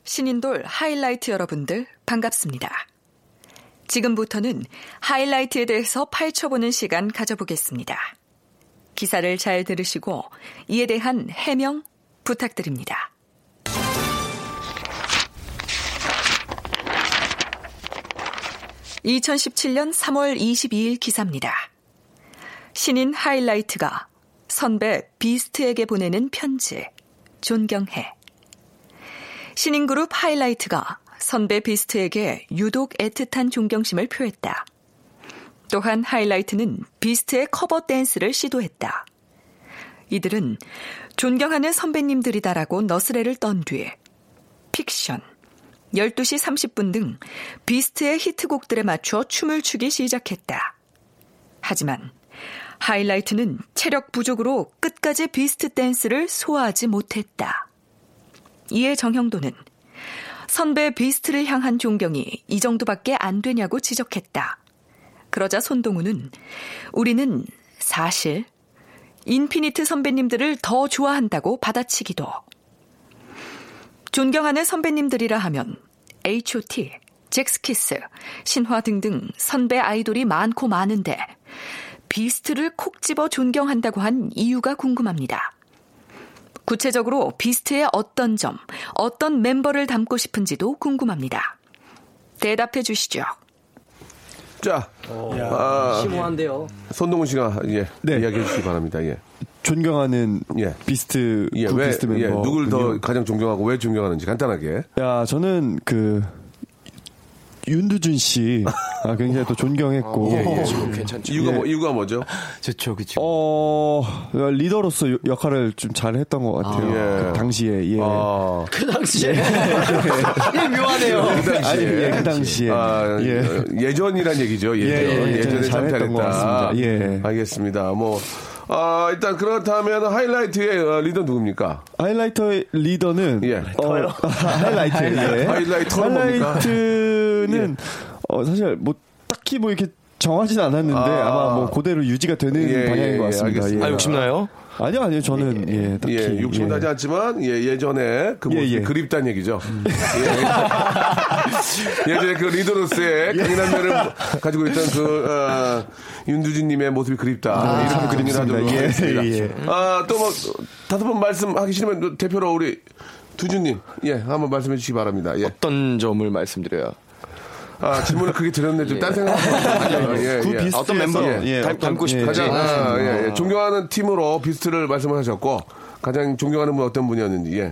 I: 신인돌 하이라이트 여러분들 반갑습니다. 지금부터는 하이라이트에 대해서 파헤쳐보는 시간 가져보겠습니다. 기사를 잘 들으시고 이에 대한 해명 부탁드립니다. (2017년 3월 22일) 기사입니다. 신인 하이라이트가 선배 비스트에게 보내는 편지 존경해 신인 그룹 하이라이트가 선배 비스트에게 유독 애틋한 존경심을 표했다. 또한 하이라이트는 비스트의 커버 댄스를 시도했다. 이들은 존경하는 선배님들이다라고 너스레를 떤 뒤에 픽션, 12시 30분 등 비스트의 히트곡들에 맞춰 춤을 추기 시작했다. 하지만 하이라이트는 체력 부족으로 끝까지 비스트 댄스를 소화하지 못했다. 이에 정형도는 선배 비스트를 향한 존경이 이 정도밖에 안 되냐고 지적했다. 그러자 손동우는 우리는 사실 인피니트 선배님들을 더 좋아한다고 받아치기도. 존경하는 선배님들이라 하면 H.O.T, 잭스키스, 신화 등등 선배 아이돌이 많고 많은데 비스트를 콕 집어 존경한다고 한 이유가 궁금합니다. 구체적으로 비스트의 어떤 점, 어떤 멤버를 담고 싶은지도 궁금합니다. 대답해 주시죠.
A: 자, 아,
E: 심오한데요.
A: 손동훈 씨가, 예,
G: 네.
A: 이야기해 주시기 바랍니다. 예.
G: 존경하는
A: 예.
G: 비스트
A: 예,
G: 구
A: 왜,
G: 비스트 멤버
A: 예, 누굴 더 가장 존경하고 왜 존경하는지 간단하게.
G: 야, 저는 그 윤두준 씨 아, 굉장히 또
A: 어,
G: 존경했고
A: 예,
D: 지금 괜찮죠
F: 예.
A: 이유가, 뭐, 이유가 뭐죠?
F: 좋죠, 그쵸.
G: 어 리더로서 요- 역할을 좀 잘했던 것 같아요.
A: 아, 예.
G: 그 당시에 예.
A: 아,
E: 그 *laughs* 당시에 예, 묘하네요.
A: 그 당시에.
G: 아니, 예, 그 당시에
A: 아,
G: 예.
A: 예. 전이란 얘기죠. 예전.
G: 예, 예,
A: 예, 전에
G: 예전에
A: 참
G: 잘했던 것
A: 잘했다.
G: 같습니다. 예.
A: 알겠습니다. 뭐, 아, 일단 그렇다면 하이라이트의 어, 리더 누굽니까?
G: 하이라이터의 리더는
A: 예.
G: 어, *laughs* 하이라이트 예.
A: 하이라이터는 뭡니까?
G: 하이라이트는 어, 사실 뭐 딱히 뭐 이렇게 정하진 않았는데
A: 아.
G: 아. 마뭐 그대로 유지가 되는
A: 예, 예,
G: 방향인 것
A: 예,
G: 같습니다.
A: 알겠습니다.
D: 아 욕심나요
G: 아니요 아니요 저는 예, 딱히
A: 예, 욕심 나지 않지만 예, 예전에 그 모습이
G: 예, 예.
A: 그립단 얘기죠. *laughs* 예. 예전에 그 리더로서의
G: 예.
A: 강인한 면을 가지고 있던 그 어, 윤두진님의 모습이 그립다 이렇게 그림이라 좀
G: 아, 그렇습니다. 예,
A: 하겠습니다.
G: 예.
A: 아또뭐 다섯 번 말씀하기 싫으면 대표로 우리 두준님 예 한번 말씀해 주시기 바랍니다. 예.
D: 어떤 점을 말씀드려야
A: 아 질문을 크게 드렸는데 좀 딴 생각하고 예,
G: 예. 그
A: 예.
G: 비스트에서
D: 어떤 멤버
G: 예,
D: 닮-
G: 어떤-
D: 닮고
G: 예,
D: 싶다
G: 가장-
A: 가장 아,
G: 예.
A: 예, 예. 존경하는 팀으로 비스트를 말씀을 하셨고 가장 존경하는 분 어떤 분이었는지 예.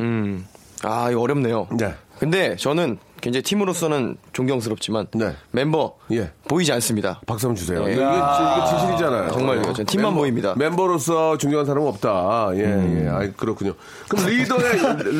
D: 음아 음. 아, 이거 어렵네요
A: 네.
D: 근데 저는 굉장히 팀으로서는 존경스럽지만 멤버
A: 예.
D: 보이지 않습니다.
A: 박수 한번 주세요.
D: 예.
A: 이게, 이게 진실이잖아요. 예.
D: 정말요. 전 팀만
A: 멤버-
D: 보입니다. 음.
A: 멤버로서 중요한 사람은 없다. 예, 예. 아, 그렇군요. 그럼 리더의,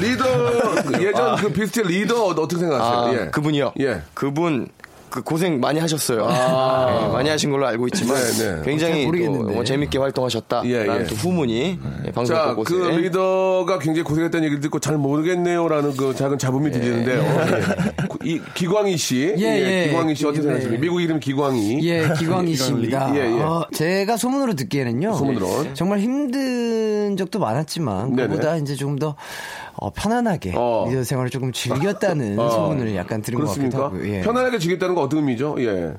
A: 리더,
D: *laughs*
A: 예전 그 비스트 리더 어떻게 생각하세요?
D: 아,
A: 예.
D: 그분이요.
A: 예.
D: 그분 그 고생 많이 하셨어요.
A: 아.
D: 예, 많이 하신 걸로 알고 있지만
A: 네, 네.
D: 굉장히
A: 잘 모르겠는데.
D: 또, 어, 재밌게 활동하셨다라는
A: 예, 예.
D: 또 후문이 예, 방송
A: 자,
D: 곳곳에
A: 그 리더가 굉장히 고생했다는 얘기를 듣고 잘 모르겠네요라는 그 작은 자부심이
D: *laughs*
A: 들리는데요. 예. 고- 이 기광희 씨,
F: 예, 예.
A: 기광희 씨
D: 네.
A: 어떻게
F: 예.
A: 생각하십니까? 미국 이름 기광희.
F: 예, 기광희 씨입니다.
A: 예, 예.
F: 어, 제가 소문으로 듣기에는요. 예,
A: 소문으로.
F: 정말 힘든 적도 많았지만
A: 네네.
F: 그보다 이제 조금 더 어, 편안하게 리더 생활을 조금
A: *laughs*
F: 즐겼다는
A: 어.
F: 소문을 약간 들은
A: 그렇습니까?
F: 것 같기도 하고. 예.
A: 편안하게 즐겼다는 건 어떤 의미죠? 예.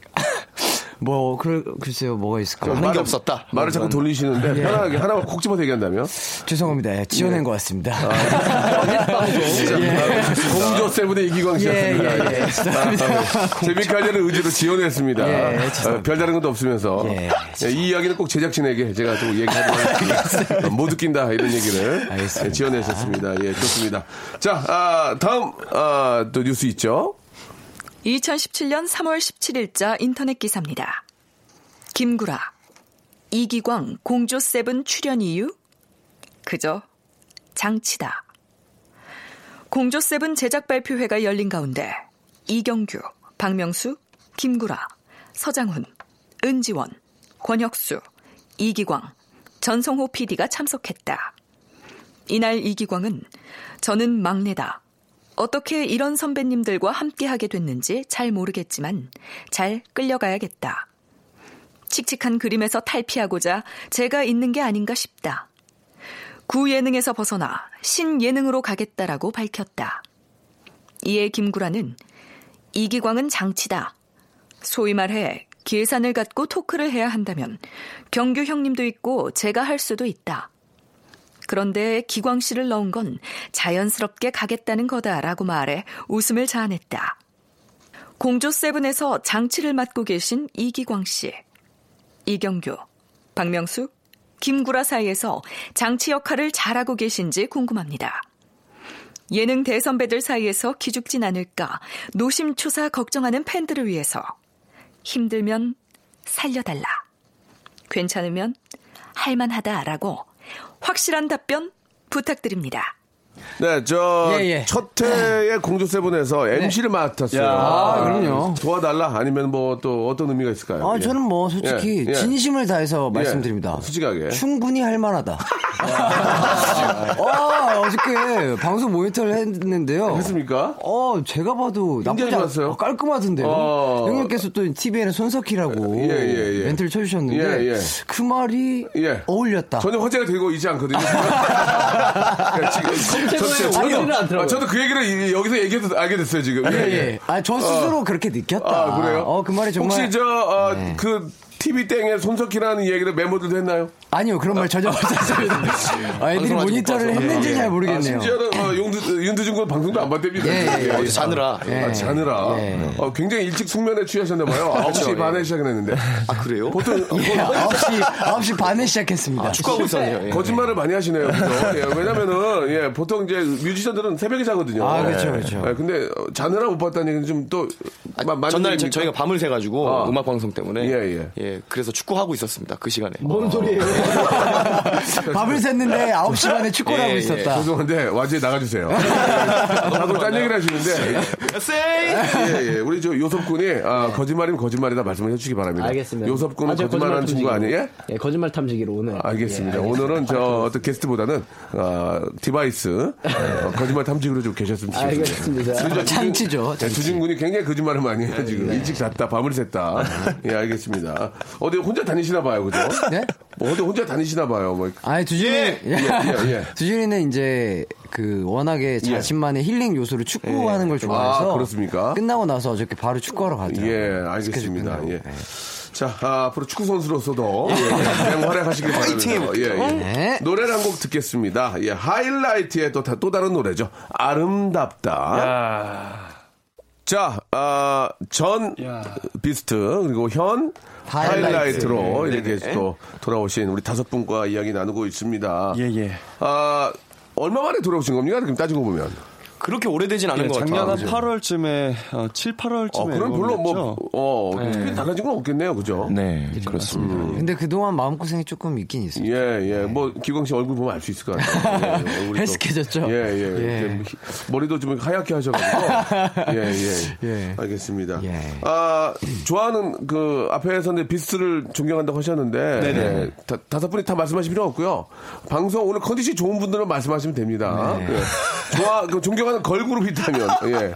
F: 뭐 글, 글쎄요 뭐가 있을까?
A: 말을- 말을 자꾸 돌리시는데
F: 예.
A: 편안하게 하나만 콕 집어서 얘기한다면?
F: 죄송합니다. 예, 지어낸 것 같습니다.
A: 아, 예. 진짜. 공조 세븐의 이기광 씨였습니다.
F: 예, 예, 예. 죄송합니다.
A: 재밌게 하려는 의지로 지원했습니다.
F: 예,
A: 어, 별다른 것도 없으면서 예, 이 이야기는 꼭 제작진에게 제가 좀 얘기하도록
F: *laughs*
A: 하겠습니다. 못 웃긴다 이런 얘기를 예, 지원했었습니다. 예, 좋습니다. 자, 아, 다음 아, 또 뉴스 있죠?
I: 2017년 3월 17일자 인터넷 기사입니다. 김구라, 이기광 공조 세븐 출연 이유? 그저 장치다. 공조 세븐 제작 발표회가 열린 가운데 이경규, 박명수, 김구라, 서장훈, 은지원, 권혁수, 이기광, 전성호 PD가 참석했다. 이날 이기광은 저는 막내다. 어떻게 이런 선배님들과 함께하게 됐는지 잘 모르겠지만 잘 끌려가야겠다. 칙칙한 그림에서 탈피하고자 제가 있는 게 아닌가 싶다. 구예능에서 벗어나 신예능으로 가겠다라고 밝혔다. 이에 김구라는 이기광은 장치다. 소위 말해 계산을 갖고 토크를 해야 한다면 경규 형님도 있고 제가 할 수도 있다. 그런데 기광 씨를 넣은 건 자연스럽게 가겠다는 거다라고 말해 웃음을 자아냈다. 공조 세븐에서 장치를 맡고 계신 이기광 씨, 이경규, 박명수, 김구라 사이에서 장치 역할을 잘하고 계신지 궁금합니다. 예능 대선배들 사이에서 기죽진 않을까 노심초사 걱정하는 팬들을 위해서 힘들면 살려달라. 괜찮으면 할만하다라고 확실한 답변 부탁드립니다.
A: 네, 저
I: 예, 예.
A: 첫 회의 공조 세븐에서 MC를 맡았어요.
F: 네.
A: 음,
F: 야, 아, 그럼요.
A: 도와달라 아니면 뭐 또 어떤 의미가 있을까요?
F: 아,
A: 예.
F: 저는 뭐 솔직히
A: 예, 예.
F: 진심을 다해서
A: 예,
F: 말씀드립니다.
A: 솔직하게.
F: 충분히
A: *laughs*
F: 할 만하다. 아, 어저께 방송 모니터를 했는데요.
A: 했습니까?
F: 어, 제가 봐도 나쁘지
A: 굉장히 좋았어요.
F: 않았어요. 아, 깔끔하던데요.
A: 어.
F: 형님께서 또 TVN의 손석희라고
A: 예, 예, 예.
F: 멘트를 쳐주셨는데
A: 예, 예.
F: 그 말이 어울렸다.
A: 전혀 화제가 되고 있지
F: *laughs*
A: 않거든요. 그러니까 지금 저- 저-
F: 아, 완전히 안
A: 저도,
F: 들어가요.
A: 아, 저도 그 얘기를 이- 여기서 얘기해서 알게 됐어요 지금.
F: 예, 예. 아, 저 스스로
A: 어.
F: 그렇게 느꼈다.
A: 아 그래요?
F: 어, 그 말이 정말. 네.
A: 혹시 저그 TV 땡에 손석희라는 얘기를 메모들도 했나요?
F: 아니요, 그런 말 전혀
A: *laughs*
F: 못했습니다. 아, 애들이
A: 방송 아직
F: 모니터를
A: 못 봐서.
F: 했는지
A: 예.
F: 잘
A: 아,
F: 모르겠네요.
A: 심지어는 어, 용두- 윤두준 군 방송도 안 봤답니다.
F: 예, 예, 예.
A: 예, 예.
D: 어디 자느라.
A: 아,
D: 예.
A: 자느라. 어, 굉장히 일찍 숙면에 취하셨나봐요. 9시
D: 그렇죠,
A: 반에
F: *laughs*
A: 시작했는데.
D: 아 그래요?
A: 보통
F: 예, 9시, 9시 반에
A: 아,
F: 시작했습니다.
D: 축구하고 있었네요. 예.
A: 거짓말을 많이 하시네요. 그죠? 예, 왜냐면은 예, 보통 이제 뮤지션들은 새벽에 자거든요.
F: 아, 그렇죠,
A: 예.
F: 그렇죠.
A: 예, 근데 어, 자느라 못 봤다는 얘기는 좀또
D: 아, 전날 저- 저희가 밤을 새가지고
A: 아.
D: 음악 방송 때문에
A: 예, 예.
D: 그래서 축구 하고 있었습니다 그 시간에
F: 뭔 소리예요? 밥을 샜는데 9시 반에 축구를
D: 예,
F: 하고
D: 예.
F: 있었다.
A: 죄송한데 와제 나가주세요. 자꾸 딴 얘기를 하시는데 예, 예. 우리 저 요섭 군이 아, 거짓말이면 거짓말이다 말씀을 해주시기 바랍니다.
J: 알겠습니다.
A: 요섭 군은
J: 아주
A: 거짓말하는 친구
J: 탐지기로.
A: 아니에요? 아,
J: 예, 거짓말 탐지기로 오늘.
A: 알겠습니다.
J: 예,
A: 오늘은 저 어떤 게스트보다는 아, 디바이스 어, 거짓말 탐지기로 좀 계셨으면 좋겠습니다.
J: 알겠습니다.
A: 주준-
J: 장치죠,
A: 네, 주준 군이 굉장히 거짓말을 많이 해요 지금 일찍 잤다 밤을 샜다. 예 알겠습니다. 어디 혼자 다니시나 봐요, 그죠?
F: 네?
A: 뭐 어디 혼자 다니시나 봐요. 뭐.
F: 아니 두준이
A: 예, 예, 예.
F: *laughs* 두준이는 이제 그 워낙에 자신만의 힐링 요소를 축구하는 걸 좋아해서
A: 아, 그렇습니까?
F: 끝나고 나서 어저께 바로 축구하러 가더라고요.
K: 네,
A: 예, 알겠습니다. 예. 자, 아, 앞으로 축구 선수로서도 예, 예, 맹 활약하시길 바랍니다. 예, 예.
F: 네.
A: 노래를 한 곡 듣겠습니다. 예, 하이라이트의 또, 다- 또 다른 노래죠. 아름답다. 자, 아, 전 비스트 그리고 현
K: 하이라이트.
A: 하이라이트로
K: 네,
A: 이렇게
K: 네.
A: 또 돌아오신 우리 다섯 분과 이야기 나누고 있습니다.
K: 예, 예.
A: 아, 얼마 만에 돌아오신 겁니까? 지금 따지고 보면.
D: 그렇게 오래되진 않은
G: 예,
D: 것 같아요.
G: 작년 한 8월쯤에 어, 7, 8월쯤에
D: 어, 그럼 별로 뭐,
A: 어,
D: 네.
A: 특별히 달라진 건 없겠네요, 그죠?
H: 네,
A: 그렇습니다.
F: 근데 그동안 마음고생이 조금 있긴 있어요.
A: 예, 예. 뭐, 기광 씨 얼굴 보면 알 수 있을 것 같아요. 예, 얼굴이 또-
F: 헬스케졌죠?
A: 예, 예.
F: 예.
A: 이렇게 뭐 희- 머리도 좀 하얗게 하셔가지고. 예, 예. 알겠습니다. 아, 좋아하는 그, 앞에서 이제 비스트를 존경한다고 하셨는데.
G: 네네.
A: 예, 다, 다섯 분이 다 말씀하실 필요 없고요. 방송 오늘 컨디션 좋은 분들은 말씀하시면 됩니다. 예. 좋아, 그 존경하는 걸그룹이 있다면. 예. 예,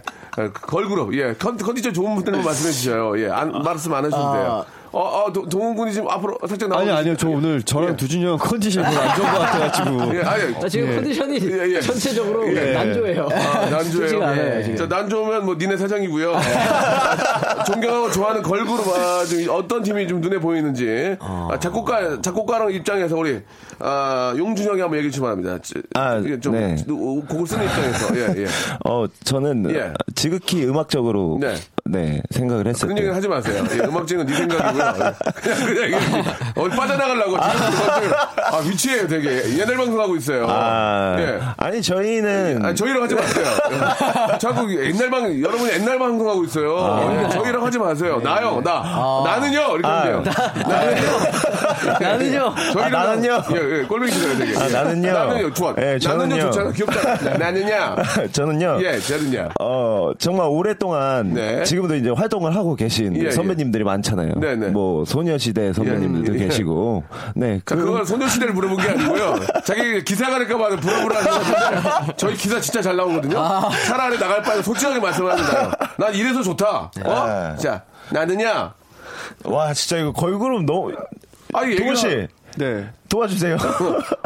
A: 걸그룹, 예. 컨, 컨디션 좋은 분들은 말씀해 주셔요. 예. 안, 말씀 안 하셔도 돼요. 어, 어, 도- 동훈 군이 지금 앞으로 살짝 나오고
G: 아니 아니요 저 오늘 저랑 두준이 형 컨디션이 별로 안 좋은 것 같아가지고
A: 예, *laughs* 아니,
E: 나 지금 컨디션이 전체적으로
A: 예.
E: 난조해요.
A: 아, 난조예요.
E: 솔직히 안 해요,
A: 예.
E: 지금.
A: 자, 난조면 뭐 니네 사장이고요. 아, *laughs* 존경하고 좋아하는 걸그룹 아, 좀 어떤 팀이 좀 눈에 보이는지 아, 작곡가 작곡가랑 입장에서 우리 아, 용준 형이 한번 얘기해 주시기 바랍니다. 지-
E: 아,
A: 이게 좀
H: 네.
A: 노- 곡을 쓰는 입장에서 예, 예.
H: 어, 저는
A: 예.
H: 지극히 음악적으로
A: 네.
H: 네, 생각을 했어요.
A: 그런 얘기는 하지 마세요. 예, 음악적인 건네 생각이고요. 예. 그냥 그냥 얘기해 주시-
E: 아.
A: 어디 빠져나가려고 지금 음악적인- 아 위치해요 되게 옛날 방송하고 있어요.
H: 아,
A: 예.
H: 아니 저희는
A: 아니, 저희랑
H: *laughs*
A: 하지 마세요. 예. 자꾸 옛날 방, 여러분 옛날 방송하고 있어요. 예, 저희랑 하지 마세요. 나요, 나. 나는요? 이렇게
H: 네. 아,
A: 하면 돼요.
E: 나는요.
A: 저희랑.
H: 아, 나는요?
A: 예, 예, 꼴보기 싫어요, 되게.
H: 아, 나는요.
A: 나는요, 좋아.
H: 예, 저는요.
A: 나는요, 좋잖아.
H: *laughs*
A: 귀엽다. 나는요.
H: 저는요.
A: 아, 예, 저는요.
H: 어, 정말 오랫동안
A: 네.
H: 지금도 이제 활동을 하고 계신
A: 예, 예.
H: 선배님들이 많잖아요.
A: 네, 네.
H: 뭐 소녀시대 선배님들도
A: 예, 예.
H: 계시고. 네.
A: 자,
F: 음.
A: 그건 소녀시대를 물어본 게 아니고요. 자기 기사가 될까봐 부러부러한 것 같은데, 저희 기사 진짜 잘 나오거든요.
F: 아.
A: 차라리 나갈 바에 솔직하게 말씀합니다. 난 이래서 좋다. 어?
H: 네.
A: 자, 나는야.
H: 와, 진짜 이거 걸그룹 너무
A: 아, 이
H: 동훈
A: 얘기가-
H: 씨
G: 네.
H: 도와주세요.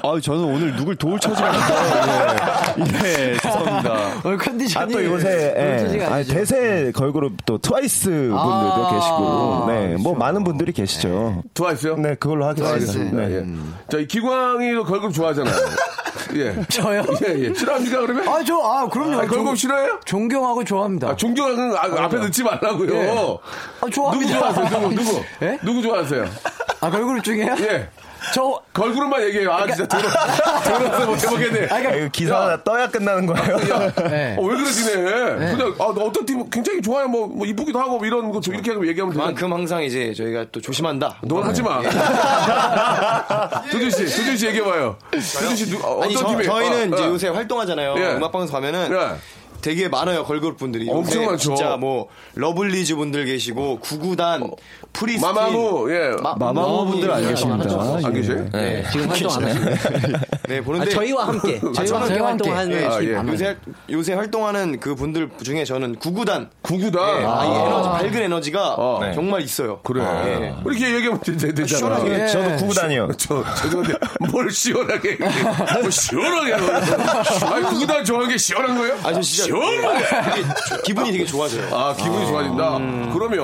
G: 아 저는 오늘 누굴 도울 처지가 없어요. 예. 예, 죄송합니다.
F: 오늘 컨디션이
H: 아 또 요새 예.
F: 솔직히 안
H: 아니,
F: 좋죠.
H: 대세 걸그룹 또 트와이스 분들도
F: 아,
H: 계시고, 네,
A: 그렇죠.
H: 뭐 많은 분들이 계시죠.
A: 트와이스요?
H: 네, 그걸로
A: 트와이스.
H: 하겠습니다. 네.
A: 예. 저희 기광이도 걸그룹 좋아하잖아요. 예.
F: *laughs* 저요?
A: 예, 예. 싫어합니까, 그러면?
F: 아, 저, 아, 그럼요.
A: 아, 걸그룹
F: 종-
A: 싫어해요?
F: 존경하고 좋아합니다.
A: 아, 존경하는, 아, 앞에 넣지 말라고요.
F: 예. 아,
A: 누구
F: 좋아합니다.
A: 좋아하세요? 누구, 누구?
F: 예?
A: 누구 좋아하세요?
F: 아, 걸그룹 중에요?
A: 예.
F: 저,
A: 걸그룹만 얘기해요. 아, 진짜 더러,
D: 그러니까
A: 더러워서
D: *laughs*
A: 못 해보겠네.
F: 아,
H: 아,
F: 그러니까
H: 이거 기사 떠야 끝나는 거예요.
F: 네.
A: 어, 왜 그러시네. 그냥, 아, 나 어떤 팀 굉장히 좋아요. 뭐, 뭐 이쁘기도 하고, 뭐 이런 거, 좀 이렇게 하고 얘기하면 되는
D: 그만큼 항상 이제 저희가 또 조심한다. 네.
A: 넌 하지
D: *laughs*
A: 마. 두준 씨, 두준 씨 얘기해봐요. 두준 씨, 누, 어, 어떤
D: 아니 저,
A: 팀이에요?
D: 희는
A: 아,
D: 이제
A: 아.
D: 요새 활동하잖아요.
A: 예.
D: 음악방송 가면은
A: 예.
D: 되게 많아요 걸그룹 분들이.
A: 엄청
D: 요새
A: 많죠.
D: 진짜 뭐 러블리즈 분들 계시고 구구단, 프리스틴,
A: 마마무, 예.
G: 마마무 분들 안
D: 예,
G: 계십니다.
D: 많아죠.
G: 예.
A: 안 계세요?
D: 네.
E: 지금 활동 안 하시는
D: 네
E: 아,
D: 보는데
E: 저희와 함께 저희와 함께
F: 저희와 함께.
E: 활동하는
D: 예,
A: 아, 예.
D: 요새 요새 활동하는 그 분들 중에 저는 구구단.
A: 구구단.
D: 예, 아, 이 에너지 밝은 에너지가
A: 어.
D: 네. 정말 있어요.
A: 그래.
D: 예.
A: 뭐 이렇게 얘기하면 되, 되, 되잖아.
H: 시원하게.
A: 예.
H: 저도 구구단이요.
A: 저, 죄송한데, 뭘 시원하게. 뭘 시원하게. 하는 거예요? 아니, 구구단 좋아하는 게 시원한 거예요?
D: 아, 저 진짜
A: 시원하게.
D: 되게 조- *laughs* 기분이 되게 좋아져요.
A: 아, 기분이 좋아진다. 그러면,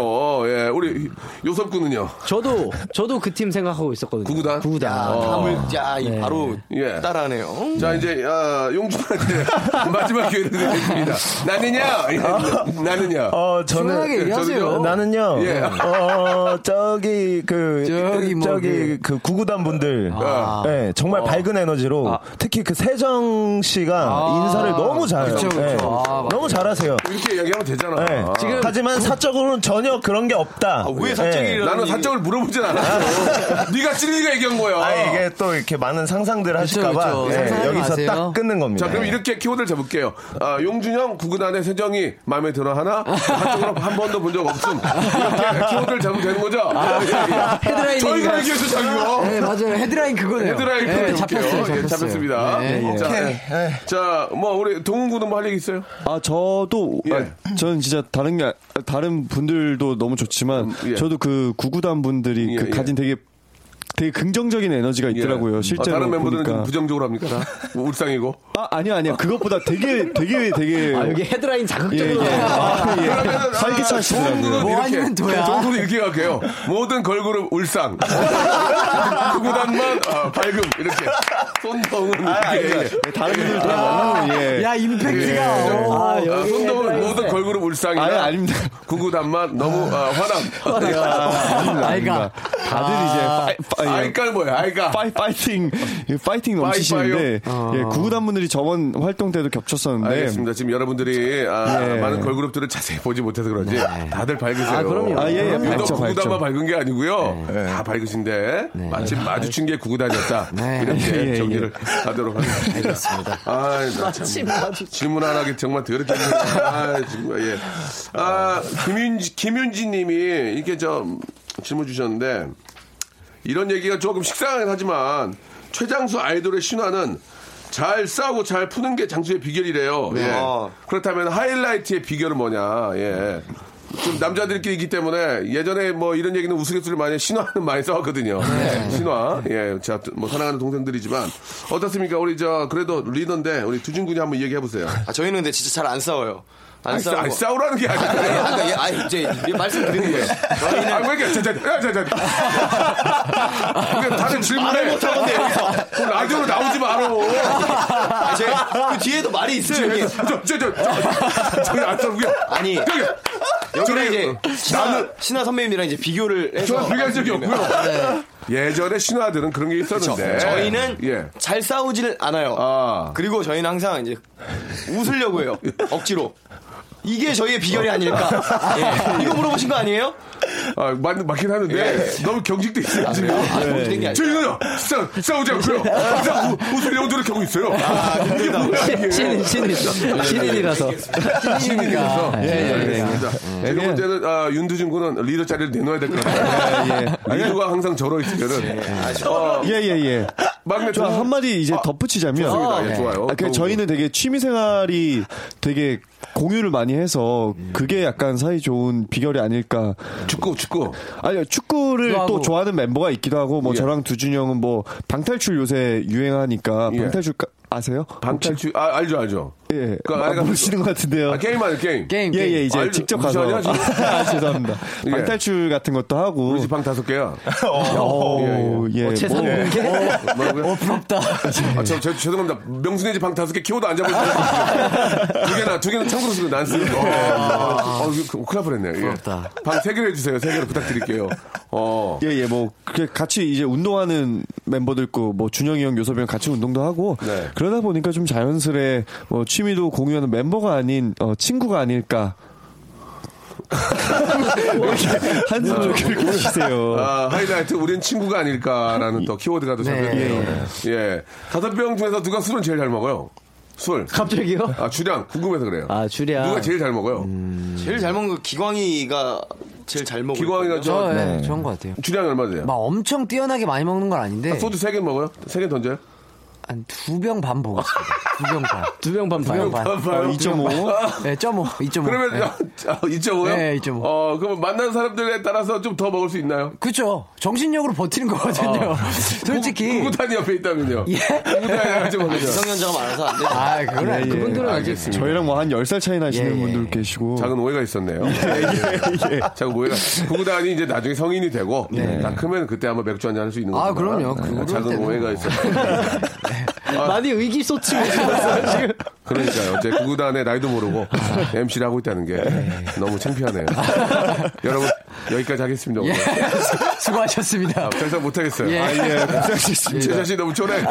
A: 예, 우리 요섭 군은요?
E: 저도 저도 그 팀 생각하고 있었거든요.
A: 구구단? 아,
E: 구구단. 어. 아,
D: 감을 야,
H: 네.
D: 이 바로
A: 예.
D: 따라하네요.
A: 자, 이제, 아, 용준한테 *laughs* 마지막 기회를 드리겠습니다. 나는요? *laughs* 예, 나는요?
H: 어, 저는
F: 시원하게
H: 예,
F: 얘기하세요.
H: 저는요. 나는요.
A: 예.
H: 어, 저기 그
F: 저기 뭐
H: 저기 그 구구단 분들.
A: 아.
H: 예, 정말 밝은 에너지로 특히 그 세정 씨가 인사를 너무 잘해요.
F: 그쵸, 그쵸.
H: 예,
F: 아, 맞아요.
H: 너무 잘하세요.
A: 이렇게 얘기하면 되잖아.
D: 네.
H: 예.
A: 아.
E: 지금-
H: 하지만 사적으로는 전혀 그런 게 없다.
D: 아, 왜
H: 예.
D: 사적이라-
A: 네. 나는
D: 이런
A: 사적을 물어보진 않았어. *laughs* 네가 찔리게 얘기한 거야.
H: 아 이게 또 이렇게 많은 상상들을 하실까봐
F: 그쵸.
H: 예,
F: 상상하지
H: 여기서
F: 마세요.
H: 딱 끊는 겁니다.
A: 자, 그럼 이렇게 키워드를 잡을게요. 아, 용준형, 구근안의 세정이 마음에 들어 하나, 한쪽으로 한 번도 본 적 없음. 이렇게 키워드를 잡으면 되는 거죠? 헤드라인. 저희가 얘기해서 자기가.
F: 네, 맞아요. 헤드라인 그거네요.
A: 헤드라인
F: 네,
A: 키워드
F: 잡혔어요.
A: 잡을게요.
F: 잡혔어요.
A: 예, 잡혔습니다.
F: 네.
A: 자, 예. 자, 뭐, 우리 동훈 군은 뭐 할 얘기 있어요?
G: 아 저도
A: 예.
G: 아, 저는 진짜 다른 게 아- 다른 분들도 너무 좋지만
A: 예.
G: 저도 그 구구단 분들이
A: 예,
G: 그
A: 예.
G: 가진 되게 되게 긍정적인 에너지가 있더라고요.
A: 예.
G: 실제로
A: 아, 다른 멤버들은 좀
G: 보니까.
A: 부정적으로 합니까? 다? 뭐 울상이고.
G: 아 아니야 아니야 그것보다 되게 되게 되게
E: 아, 여기 헤드라인
G: 예,
E: 자극적으로
G: 예. 아, 예.
A: 그러면은, 아, 좋은
G: 활기차시더라고요.
A: 분은
F: 뭐
A: 이렇게,
F: 아니면 도야.
A: 좋은 분은 이렇게 갈게요. 모든 걸그룹 울상. *laughs* 구구단만 아, 밝음. 이렇게. 손동은 이렇게.
G: 네, 다른 분들도
A: 아.
G: 너무 예.
F: 야, 임팩트가.
A: 예.
F: 어.
A: 아, 손동은 모든 걸그룹
G: 아니
A: 울상이다.
G: 아닙니다.
A: 구구단만 너무 아, 화남.
F: 아, 그러니까
G: 다들
A: 아.
G: 이제 파이, 파이,
A: 아이깔 뭐야, 아이깔.
G: 파이, 파이팅 예, 파이팅 넘치시는데
A: 파이파이요?
G: 예, 구구단분들이 저번 활동 때도 겹쳤었는데
A: 알겠습니다. 지금 여러분들이 아,
G: 예.
A: 많은 걸그룹들을 자세히 보지 못해서 그런지 다들 밝으세요.
G: 아, 그럼요. 네. 아, 예, 예,
A: 유독
G: 밝죠, 밝죠.
A: 구구단만 밝은 게 아니고요. 다 밝으신데
G: 네.
A: 마침 마주친 게 구구단이었다. 이렇게
G: 아, 예, 예,
A: 정리를 하도록
F: 예,
A: 하겠습니다. 알겠습니다. 아,
G: *laughs*
A: 나 참. 질문 안 하기 정말 더럽게 힘들다. 아, 정말, 예. 아, 김윤지, 김윤지 님이 이렇게 좀 질문 주셨는데, 이런 얘기가 조금 식상하긴 하지만, 최장수 아이돌의 신화는 잘 싸우고 잘 푸는 게 장수의 비결이래요.
D: 네.
A: 예.
D: 아.
A: 그렇다면 하이라이트의 비결은 뭐냐, 예. 좀 남자들끼리이기 때문에 예전에 뭐 이런 얘기는 우스갯소리 많이 해. 신화는 많이 싸웠거든요.
D: 네.
A: 신화. 예. 제가 또 뭐 사랑하는 동생들이지만 어떻습니까? 우리 저 그래도 리더인데 우리 두준 군이 한번 얘기해 보세요.
D: 아, 저희는 근데 진짜 잘 안 싸워요. 안
A: 아니, 싸-
D: 싸우고.
A: 아니, 싸우라는 게 아니라.
D: 아, 아니, 아니, 이제 말씀드린 거예요. 저희는
A: 아, 왜 이렇게, 자, 자, 야, 자, 자. 그러니까 다른 질문에.
D: 못하는데, 여기서.
A: 그 라디오로 나오지 마라.
D: 아, 제, 그 뒤에도 말이 있어요, 이게.
A: 저, 저, 저, 저, 저, 저기 안 싸우게.
D: 아니.
A: 저기,
D: 여기랑
A: 저기,
D: 이제 신하,
A: 나는-
D: 신하 선배님이랑 이제 비교를 해서
A: 저는 비교할 적이 없고요.
D: 네.
A: 예전에 신화들은 그런 게 있었는데.
D: 그쵸. 저희는
A: 예.
D: 잘 싸우질 않아요. 그리고 저희는 항상 이제 웃으려고 해요. 억지로. 이게 저희의 비결이 아닐까. 예. 이거 물어보신 거 아니에요?
A: 아, 맞, 맞긴 하는데 너무 경직돼 있어요. 지금. 예.
D: 그래요? 예. 아, 경직된 게 아니라.
A: 저희는요 싸, 싸우지 않고요. 항상 우- 웃으려고 노력하고 있어요.
D: 아,
A: 이게 뭐야 이게.
E: *laughs* 신인, 신인. 신인이라서.
A: 예, 신인이라서.
E: 예, 예, 예.
A: 알겠습니다. 제가 볼 때는 아, 윤두준 군은 리더 자리를 내놓아야 될 것
E: 예,
A: 같아요. 예. 리더가 항상 저러 있으면은. 어,
G: 예, 예, 예.
A: 막내
G: 저
A: 두-
G: 한마디 이제 덧붙이자면.
A: 네, 아, 좋습니다. 예, 좋아요.
G: 아, 그
A: 너무
G: 저희는 되게 취미생활이 되게 공유를 많이 해서 그게 약간 사이 좋은 비결이 아닐까.
A: 축구, 축구.
G: 아니요, 축구를
E: 좋아하고.
G: 또 좋아하는 멤버가 있기도 하고, 뭐
A: 예.
G: 저랑 두준이 형은 뭐 방탈출 요새 유행하니까
A: 예.
G: 방탈출 까- 아세요?
A: 방탈출 아, 알죠 알죠.
G: 혹시? 예.
A: 그
G: 아,
A: 아이가-
G: 모르시는 것 같은데요.
A: 아, 게임 아니 게임.
E: 게임,
G: 예,
E: 게임.
G: 예, 이제
A: 알죠.
G: 직접 가서.
A: 무시하냐, 지금?
G: *laughs* 아, 죄송합니다.
A: 예.
G: 방탈출 같은 것도 하고.
A: 우리 어, 집 방 다섯 개야.
G: 오, 예.
E: 어, 재산 공개?
A: 뭐라고요?
E: 어, 부럽다.
A: 아, 저, 저, 죄송합니다. 명순이 집 방 다섯 개 키워도 안 잡을 두 개나, 두 개는 창고로 쓰고 난 쓰고. 어, 어, 이거 큰일 날 뻔했네.
E: 부럽다.
A: 방세 개를 해주세요. 세 개를 부탁드릴게요. 어.
G: 예, 예, 뭐, 그게 같이 이제 운동하는 멤버들 있고, 뭐, 준영이 형, 요섭이 형 같이 운동도 하고,
A: 네.
G: 그러다 보니까 좀 자연스레, 뭐, 취미도 공유하는 멤버가 아닌, 어, 친구가
A: *laughs*
G: 아닐까. 한숨을 그렇게 쉬세요.
A: 뭐. 아, 하이라이트, 우린 친구가 아닐까라는 또 키워드가 또 잡혔네요. 예. 다섯 명 중에서 누가 술은 제일 잘 먹어요? 술.
E: 갑자기요?
A: 아, 주량. 궁금해서 그래요.
E: 아, 음. 주량.
A: 누가 제일 잘 먹어요?
D: 제일 잘 먹는 거 기광이가 제일 잘 먹어요.
A: 기광이가 저- 네.
E: 저, 예, 좋은 것 같아요.
A: 주량이 얼마 돼요?
E: 막 네. 엄청 뛰어나게 많이 먹는 건 아닌데,
A: 소주 세 개 먹어요? 세 개 던져요?
E: 한 두 병 반 먹었습니다. 두 병 반.
F: 두병 반
E: 두 병 반.
A: 봐요. 아,
G: 2.5.
E: 네, 점오, 2.5.
A: 그러면
E: 어, 네.
A: 아, 2.5요?
E: 네, 2.5.
A: 어, 그럼 만난 사람들에 따라서 좀 더 먹을 수 있나요?
E: 그쵸. 정신력으로 버티는
A: 어.
E: 거거든요. *laughs* 솔직히.
A: 구구단이 옆에 있다면요.
E: 예?
A: 구구단이 좀 먹으죠.
D: 성년자가 많아서 안 되죠.
E: 아,
G: 예,
E: 그건 아니 그분들은 아직
A: 알겠습니다.
G: 저희랑 뭐 한 10살 차이 나시는
E: 예, 예,
G: 분들
E: 예.
G: 계시고.
A: 작은 오해가 있었네요. 예. 작은 오해가. 구구단이 이제 나중에 성인이 되고 다 크면 그때 아마 맥주 한잔 할 수 있는 거죠.
E: 네. 아, 그럼요. 그럴
A: 작은
E: 때는. 뭐.
A: 오해가 있었어요.
E: 많이 의기소침해 졌어요 지금.
A: 그러니까요. 제 구구단의 나이도 모르고
E: 아.
A: MC를 하고 있다는 게
E: 네.
A: 너무
E: *laughs*
A: 창피하네요. 여러분 여기까지 하겠습니다. 오늘.
E: 예. 수고하셨습니다.
A: 아, 더 이상 못하겠어요.
E: 예.
A: 아, 예. 제 자신 너무 쫄해.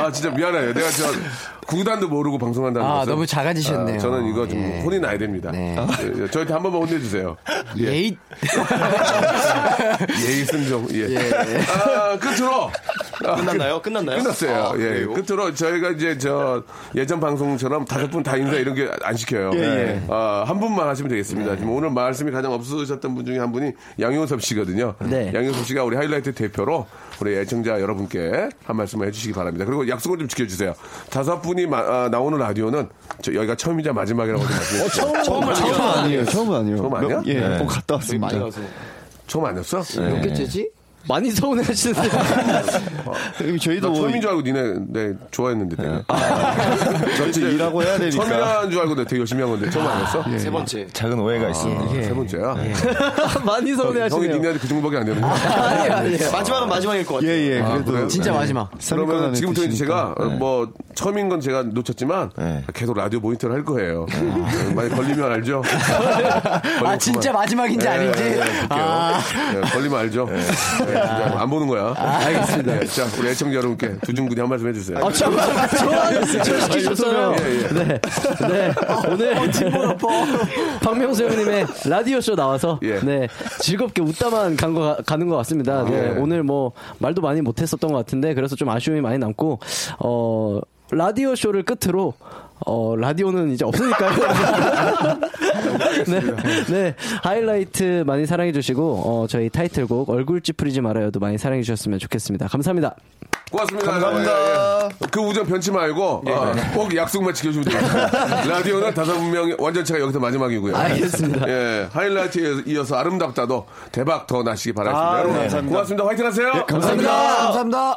A: 아, 진짜 미안해요. 내가 저 구단도 모르고 방송한다는
E: 아,
A: 것은.
E: 너무 작아지셨네요.
A: 아, 저는 이거 좀
E: 예.
A: 혼이 나야 됩니다.
E: 네.
A: 예, 예, 저한테 한 번만 혼내주세요.
E: 예이.
A: 예의 순종. 예. 아, 끝으로. 아,
D: 끝났나요? 끝났나요?
A: 끝났어요.
D: 아,
A: 예.
D: 그래요?
A: 끝으로 저희가 이제 저 예전 방송처럼 다섯 분 다 인사 이런 게 안 시켜요.
G: 예, 예.
A: 아, 한 분만 하시면 되겠습니다. 지금 오늘 말씀이 가장 없으셨던 분 중에 한 분이 양효섭 씨거든요.
E: 네.
A: 양효섭 씨가 우리 하이라이트 대표로 우리 애청자 여러분께 한 말씀을 해주시기 바랍니다. 그리고 약속을 좀 지켜주세요. 다섯 분이 마- 아, 나오는 라디오는 저 여기가 처음이자 마지막이라고 좀 말씀해 주세요.
G: 처음은 아니에요. 예, 처음은 아니에요.
A: 처음 아니야?
G: 예,
H: 네.
G: 뭐 갔다 왔습니다.
D: 많이 가서.
E: 예.
A: 처음 아니었어?
H: 네.
E: 몇개째지 많이 서운해하시는데.
G: 뭐
A: 저희도 네. 처음인 줄 알고 니네 네, 좋아했는데 되게. *laughs* 저 진짜
G: 일하고 해야 되니까.
A: 처음이라는 줄 알고 내가 되게 열심히 한 건데 처음 알았어? 아,
D: 세
G: 예.
D: 번째.
H: 작은 오해가 있습니다.
A: 세 번째야.
E: *laughs* 많이
A: 형이
E: 서운해하시네요.
A: 니네한테 그 정도밖에 안 되는 거야.
E: 아니에요, 예. 아니에요.
D: 마지막은 마지막일 것 같아요.
G: 예예.
A: 아,
G: 그래도
A: 그래요?
E: 진짜 마지막.
A: 그러면 지금부터 이제 제가 어,
H: 네.
A: 뭐 처음인 건 제가 놓쳤지만 계속 라디오 모니터를 할 거예요. 네, 많이 걸리면 알죠. 예,
F: 아, 진짜 마지막인지 아닌지. 아.
A: 걸리면 알죠. 네, 진짜 안 보는 거야. 알겠습니다. 자 우리 애청자 여러분께 두준군이 한 말씀 해주세요.
E: 아, 참, 좋아하는 시키셨어요.
A: 예, 예.
E: 네. 네. 오늘. 박명수 형님의 라디오쇼 나와서.
A: 예.
E: 네. 즐겁게 웃다만 간 거, 가는 것 같습니다. 네.
A: 예.
E: 오늘 뭐, 말도 많이 못했었던 것 같은데, 그래서 좀 아쉬움이 많이 남고, 어, 라디오쇼를 끝으로, 어, 라디오는 이제 없으니까요. 네, 네. 하이라이트 많이 사랑해주시고, 어, 저희 타이틀곡 얼굴 찌푸리지 말아요도 많이 사랑해주셨으면 좋겠습니다. 감사합니다.
A: 고맙습니다. 감사합니다. 그 우정 변치 말고 어, 꼭 약속만 지켜주면 *laughs* 됩니다. 라디오는 다섯 명 완전체가 여기서 마지막이고요.
E: 알겠습니다.
A: 아, 예, 하이라이트에 이어서 아름답다도 대박 더 나시기 바라겠습니다.
G: 아,
A: 여러분,
G: 감사합니다.
A: 네. 고맙습니다. 화이팅하세요.
F: 감사합니다.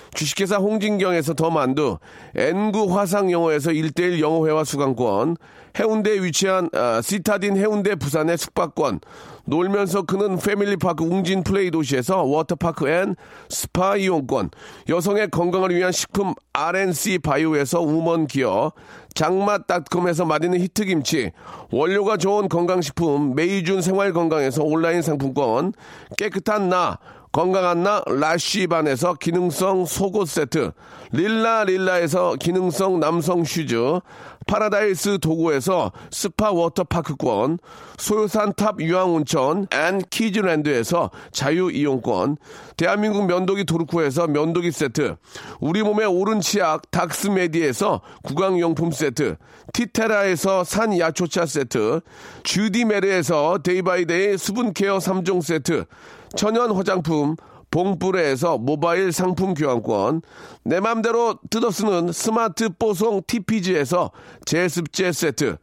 A: 주식회사 홍진경에서 더 만두, N구 화상영어에서 1대1 영어회화 수강권, 해운대에 위치한 아, 시타딘 해운대 부산의 숙박권, 놀면서 크는 패밀리파크 웅진 플레이 도시에서 워터파크 앤 스파 이용권, 여성의 건강을 위한 식품 RNC 바이오에서 우먼 기어, 장맛닷컴에서 맛있는 히트김치, 원료가 좋은 건강식품 메이준 생활건강에서 온라인 상품권, 깨끗한 나, 건강한 나 라쉬반에서 기능성 속옷 세트, 릴라 릴라에서 기능성 남성 슈즈, 파라다이스 도구에서 스파 워터파크권, 소요산탑 유황온천 앤 키즈랜드에서 자유이용권, 대한민국 면도기 도르쿠에서 면도기 세트, 우리 몸의 오른 치약 닥스메디에서 구강용품 세트, 티테라에서 산야초차 세트, 주디메르에서 데이바이데이 수분케어 3종 세트, 천연 화장품 봉뿌레에서 모바일 상품 교환권 내 맘대로 뜯어쓰는 스마트 뽀송 TPG에서 제습제 세트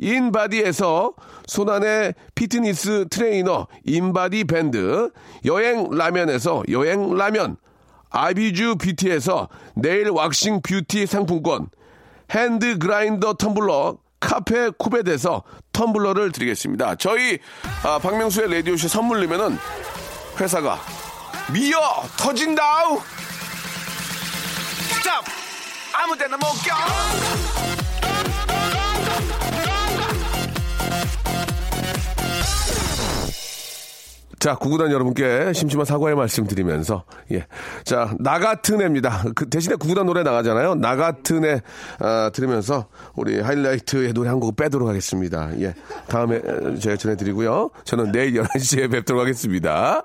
A: 인바디에서 손안의 피트니스 트레이너 인바디 밴드 여행 라면에서 여행 라면 아비주 뷰티에서 네일 왁싱 뷰티 상품권 핸드 그라인더 텀블러 카페 쿠베에서 텀블러를 드리겠습니다. 저희 아, 박명수의 라디오쇼 선물리면은 회사가 미어 터진다우. 스탑 아무데나 못 껴. 자, 구구단 여러분께 심심한 사과의 말씀 드리면서, 예. 자, 나 같은 애입니다. 그 대신에 구구단 노래 나가잖아요. 나 같은 애, 아, 들으면서 우리 하이라이트의 노래 한 곡 빼도록 하겠습니다. 예. 다음에 어, 제가 전해드리고요. 저는 내일 11시에 뵙도록 하겠습니다.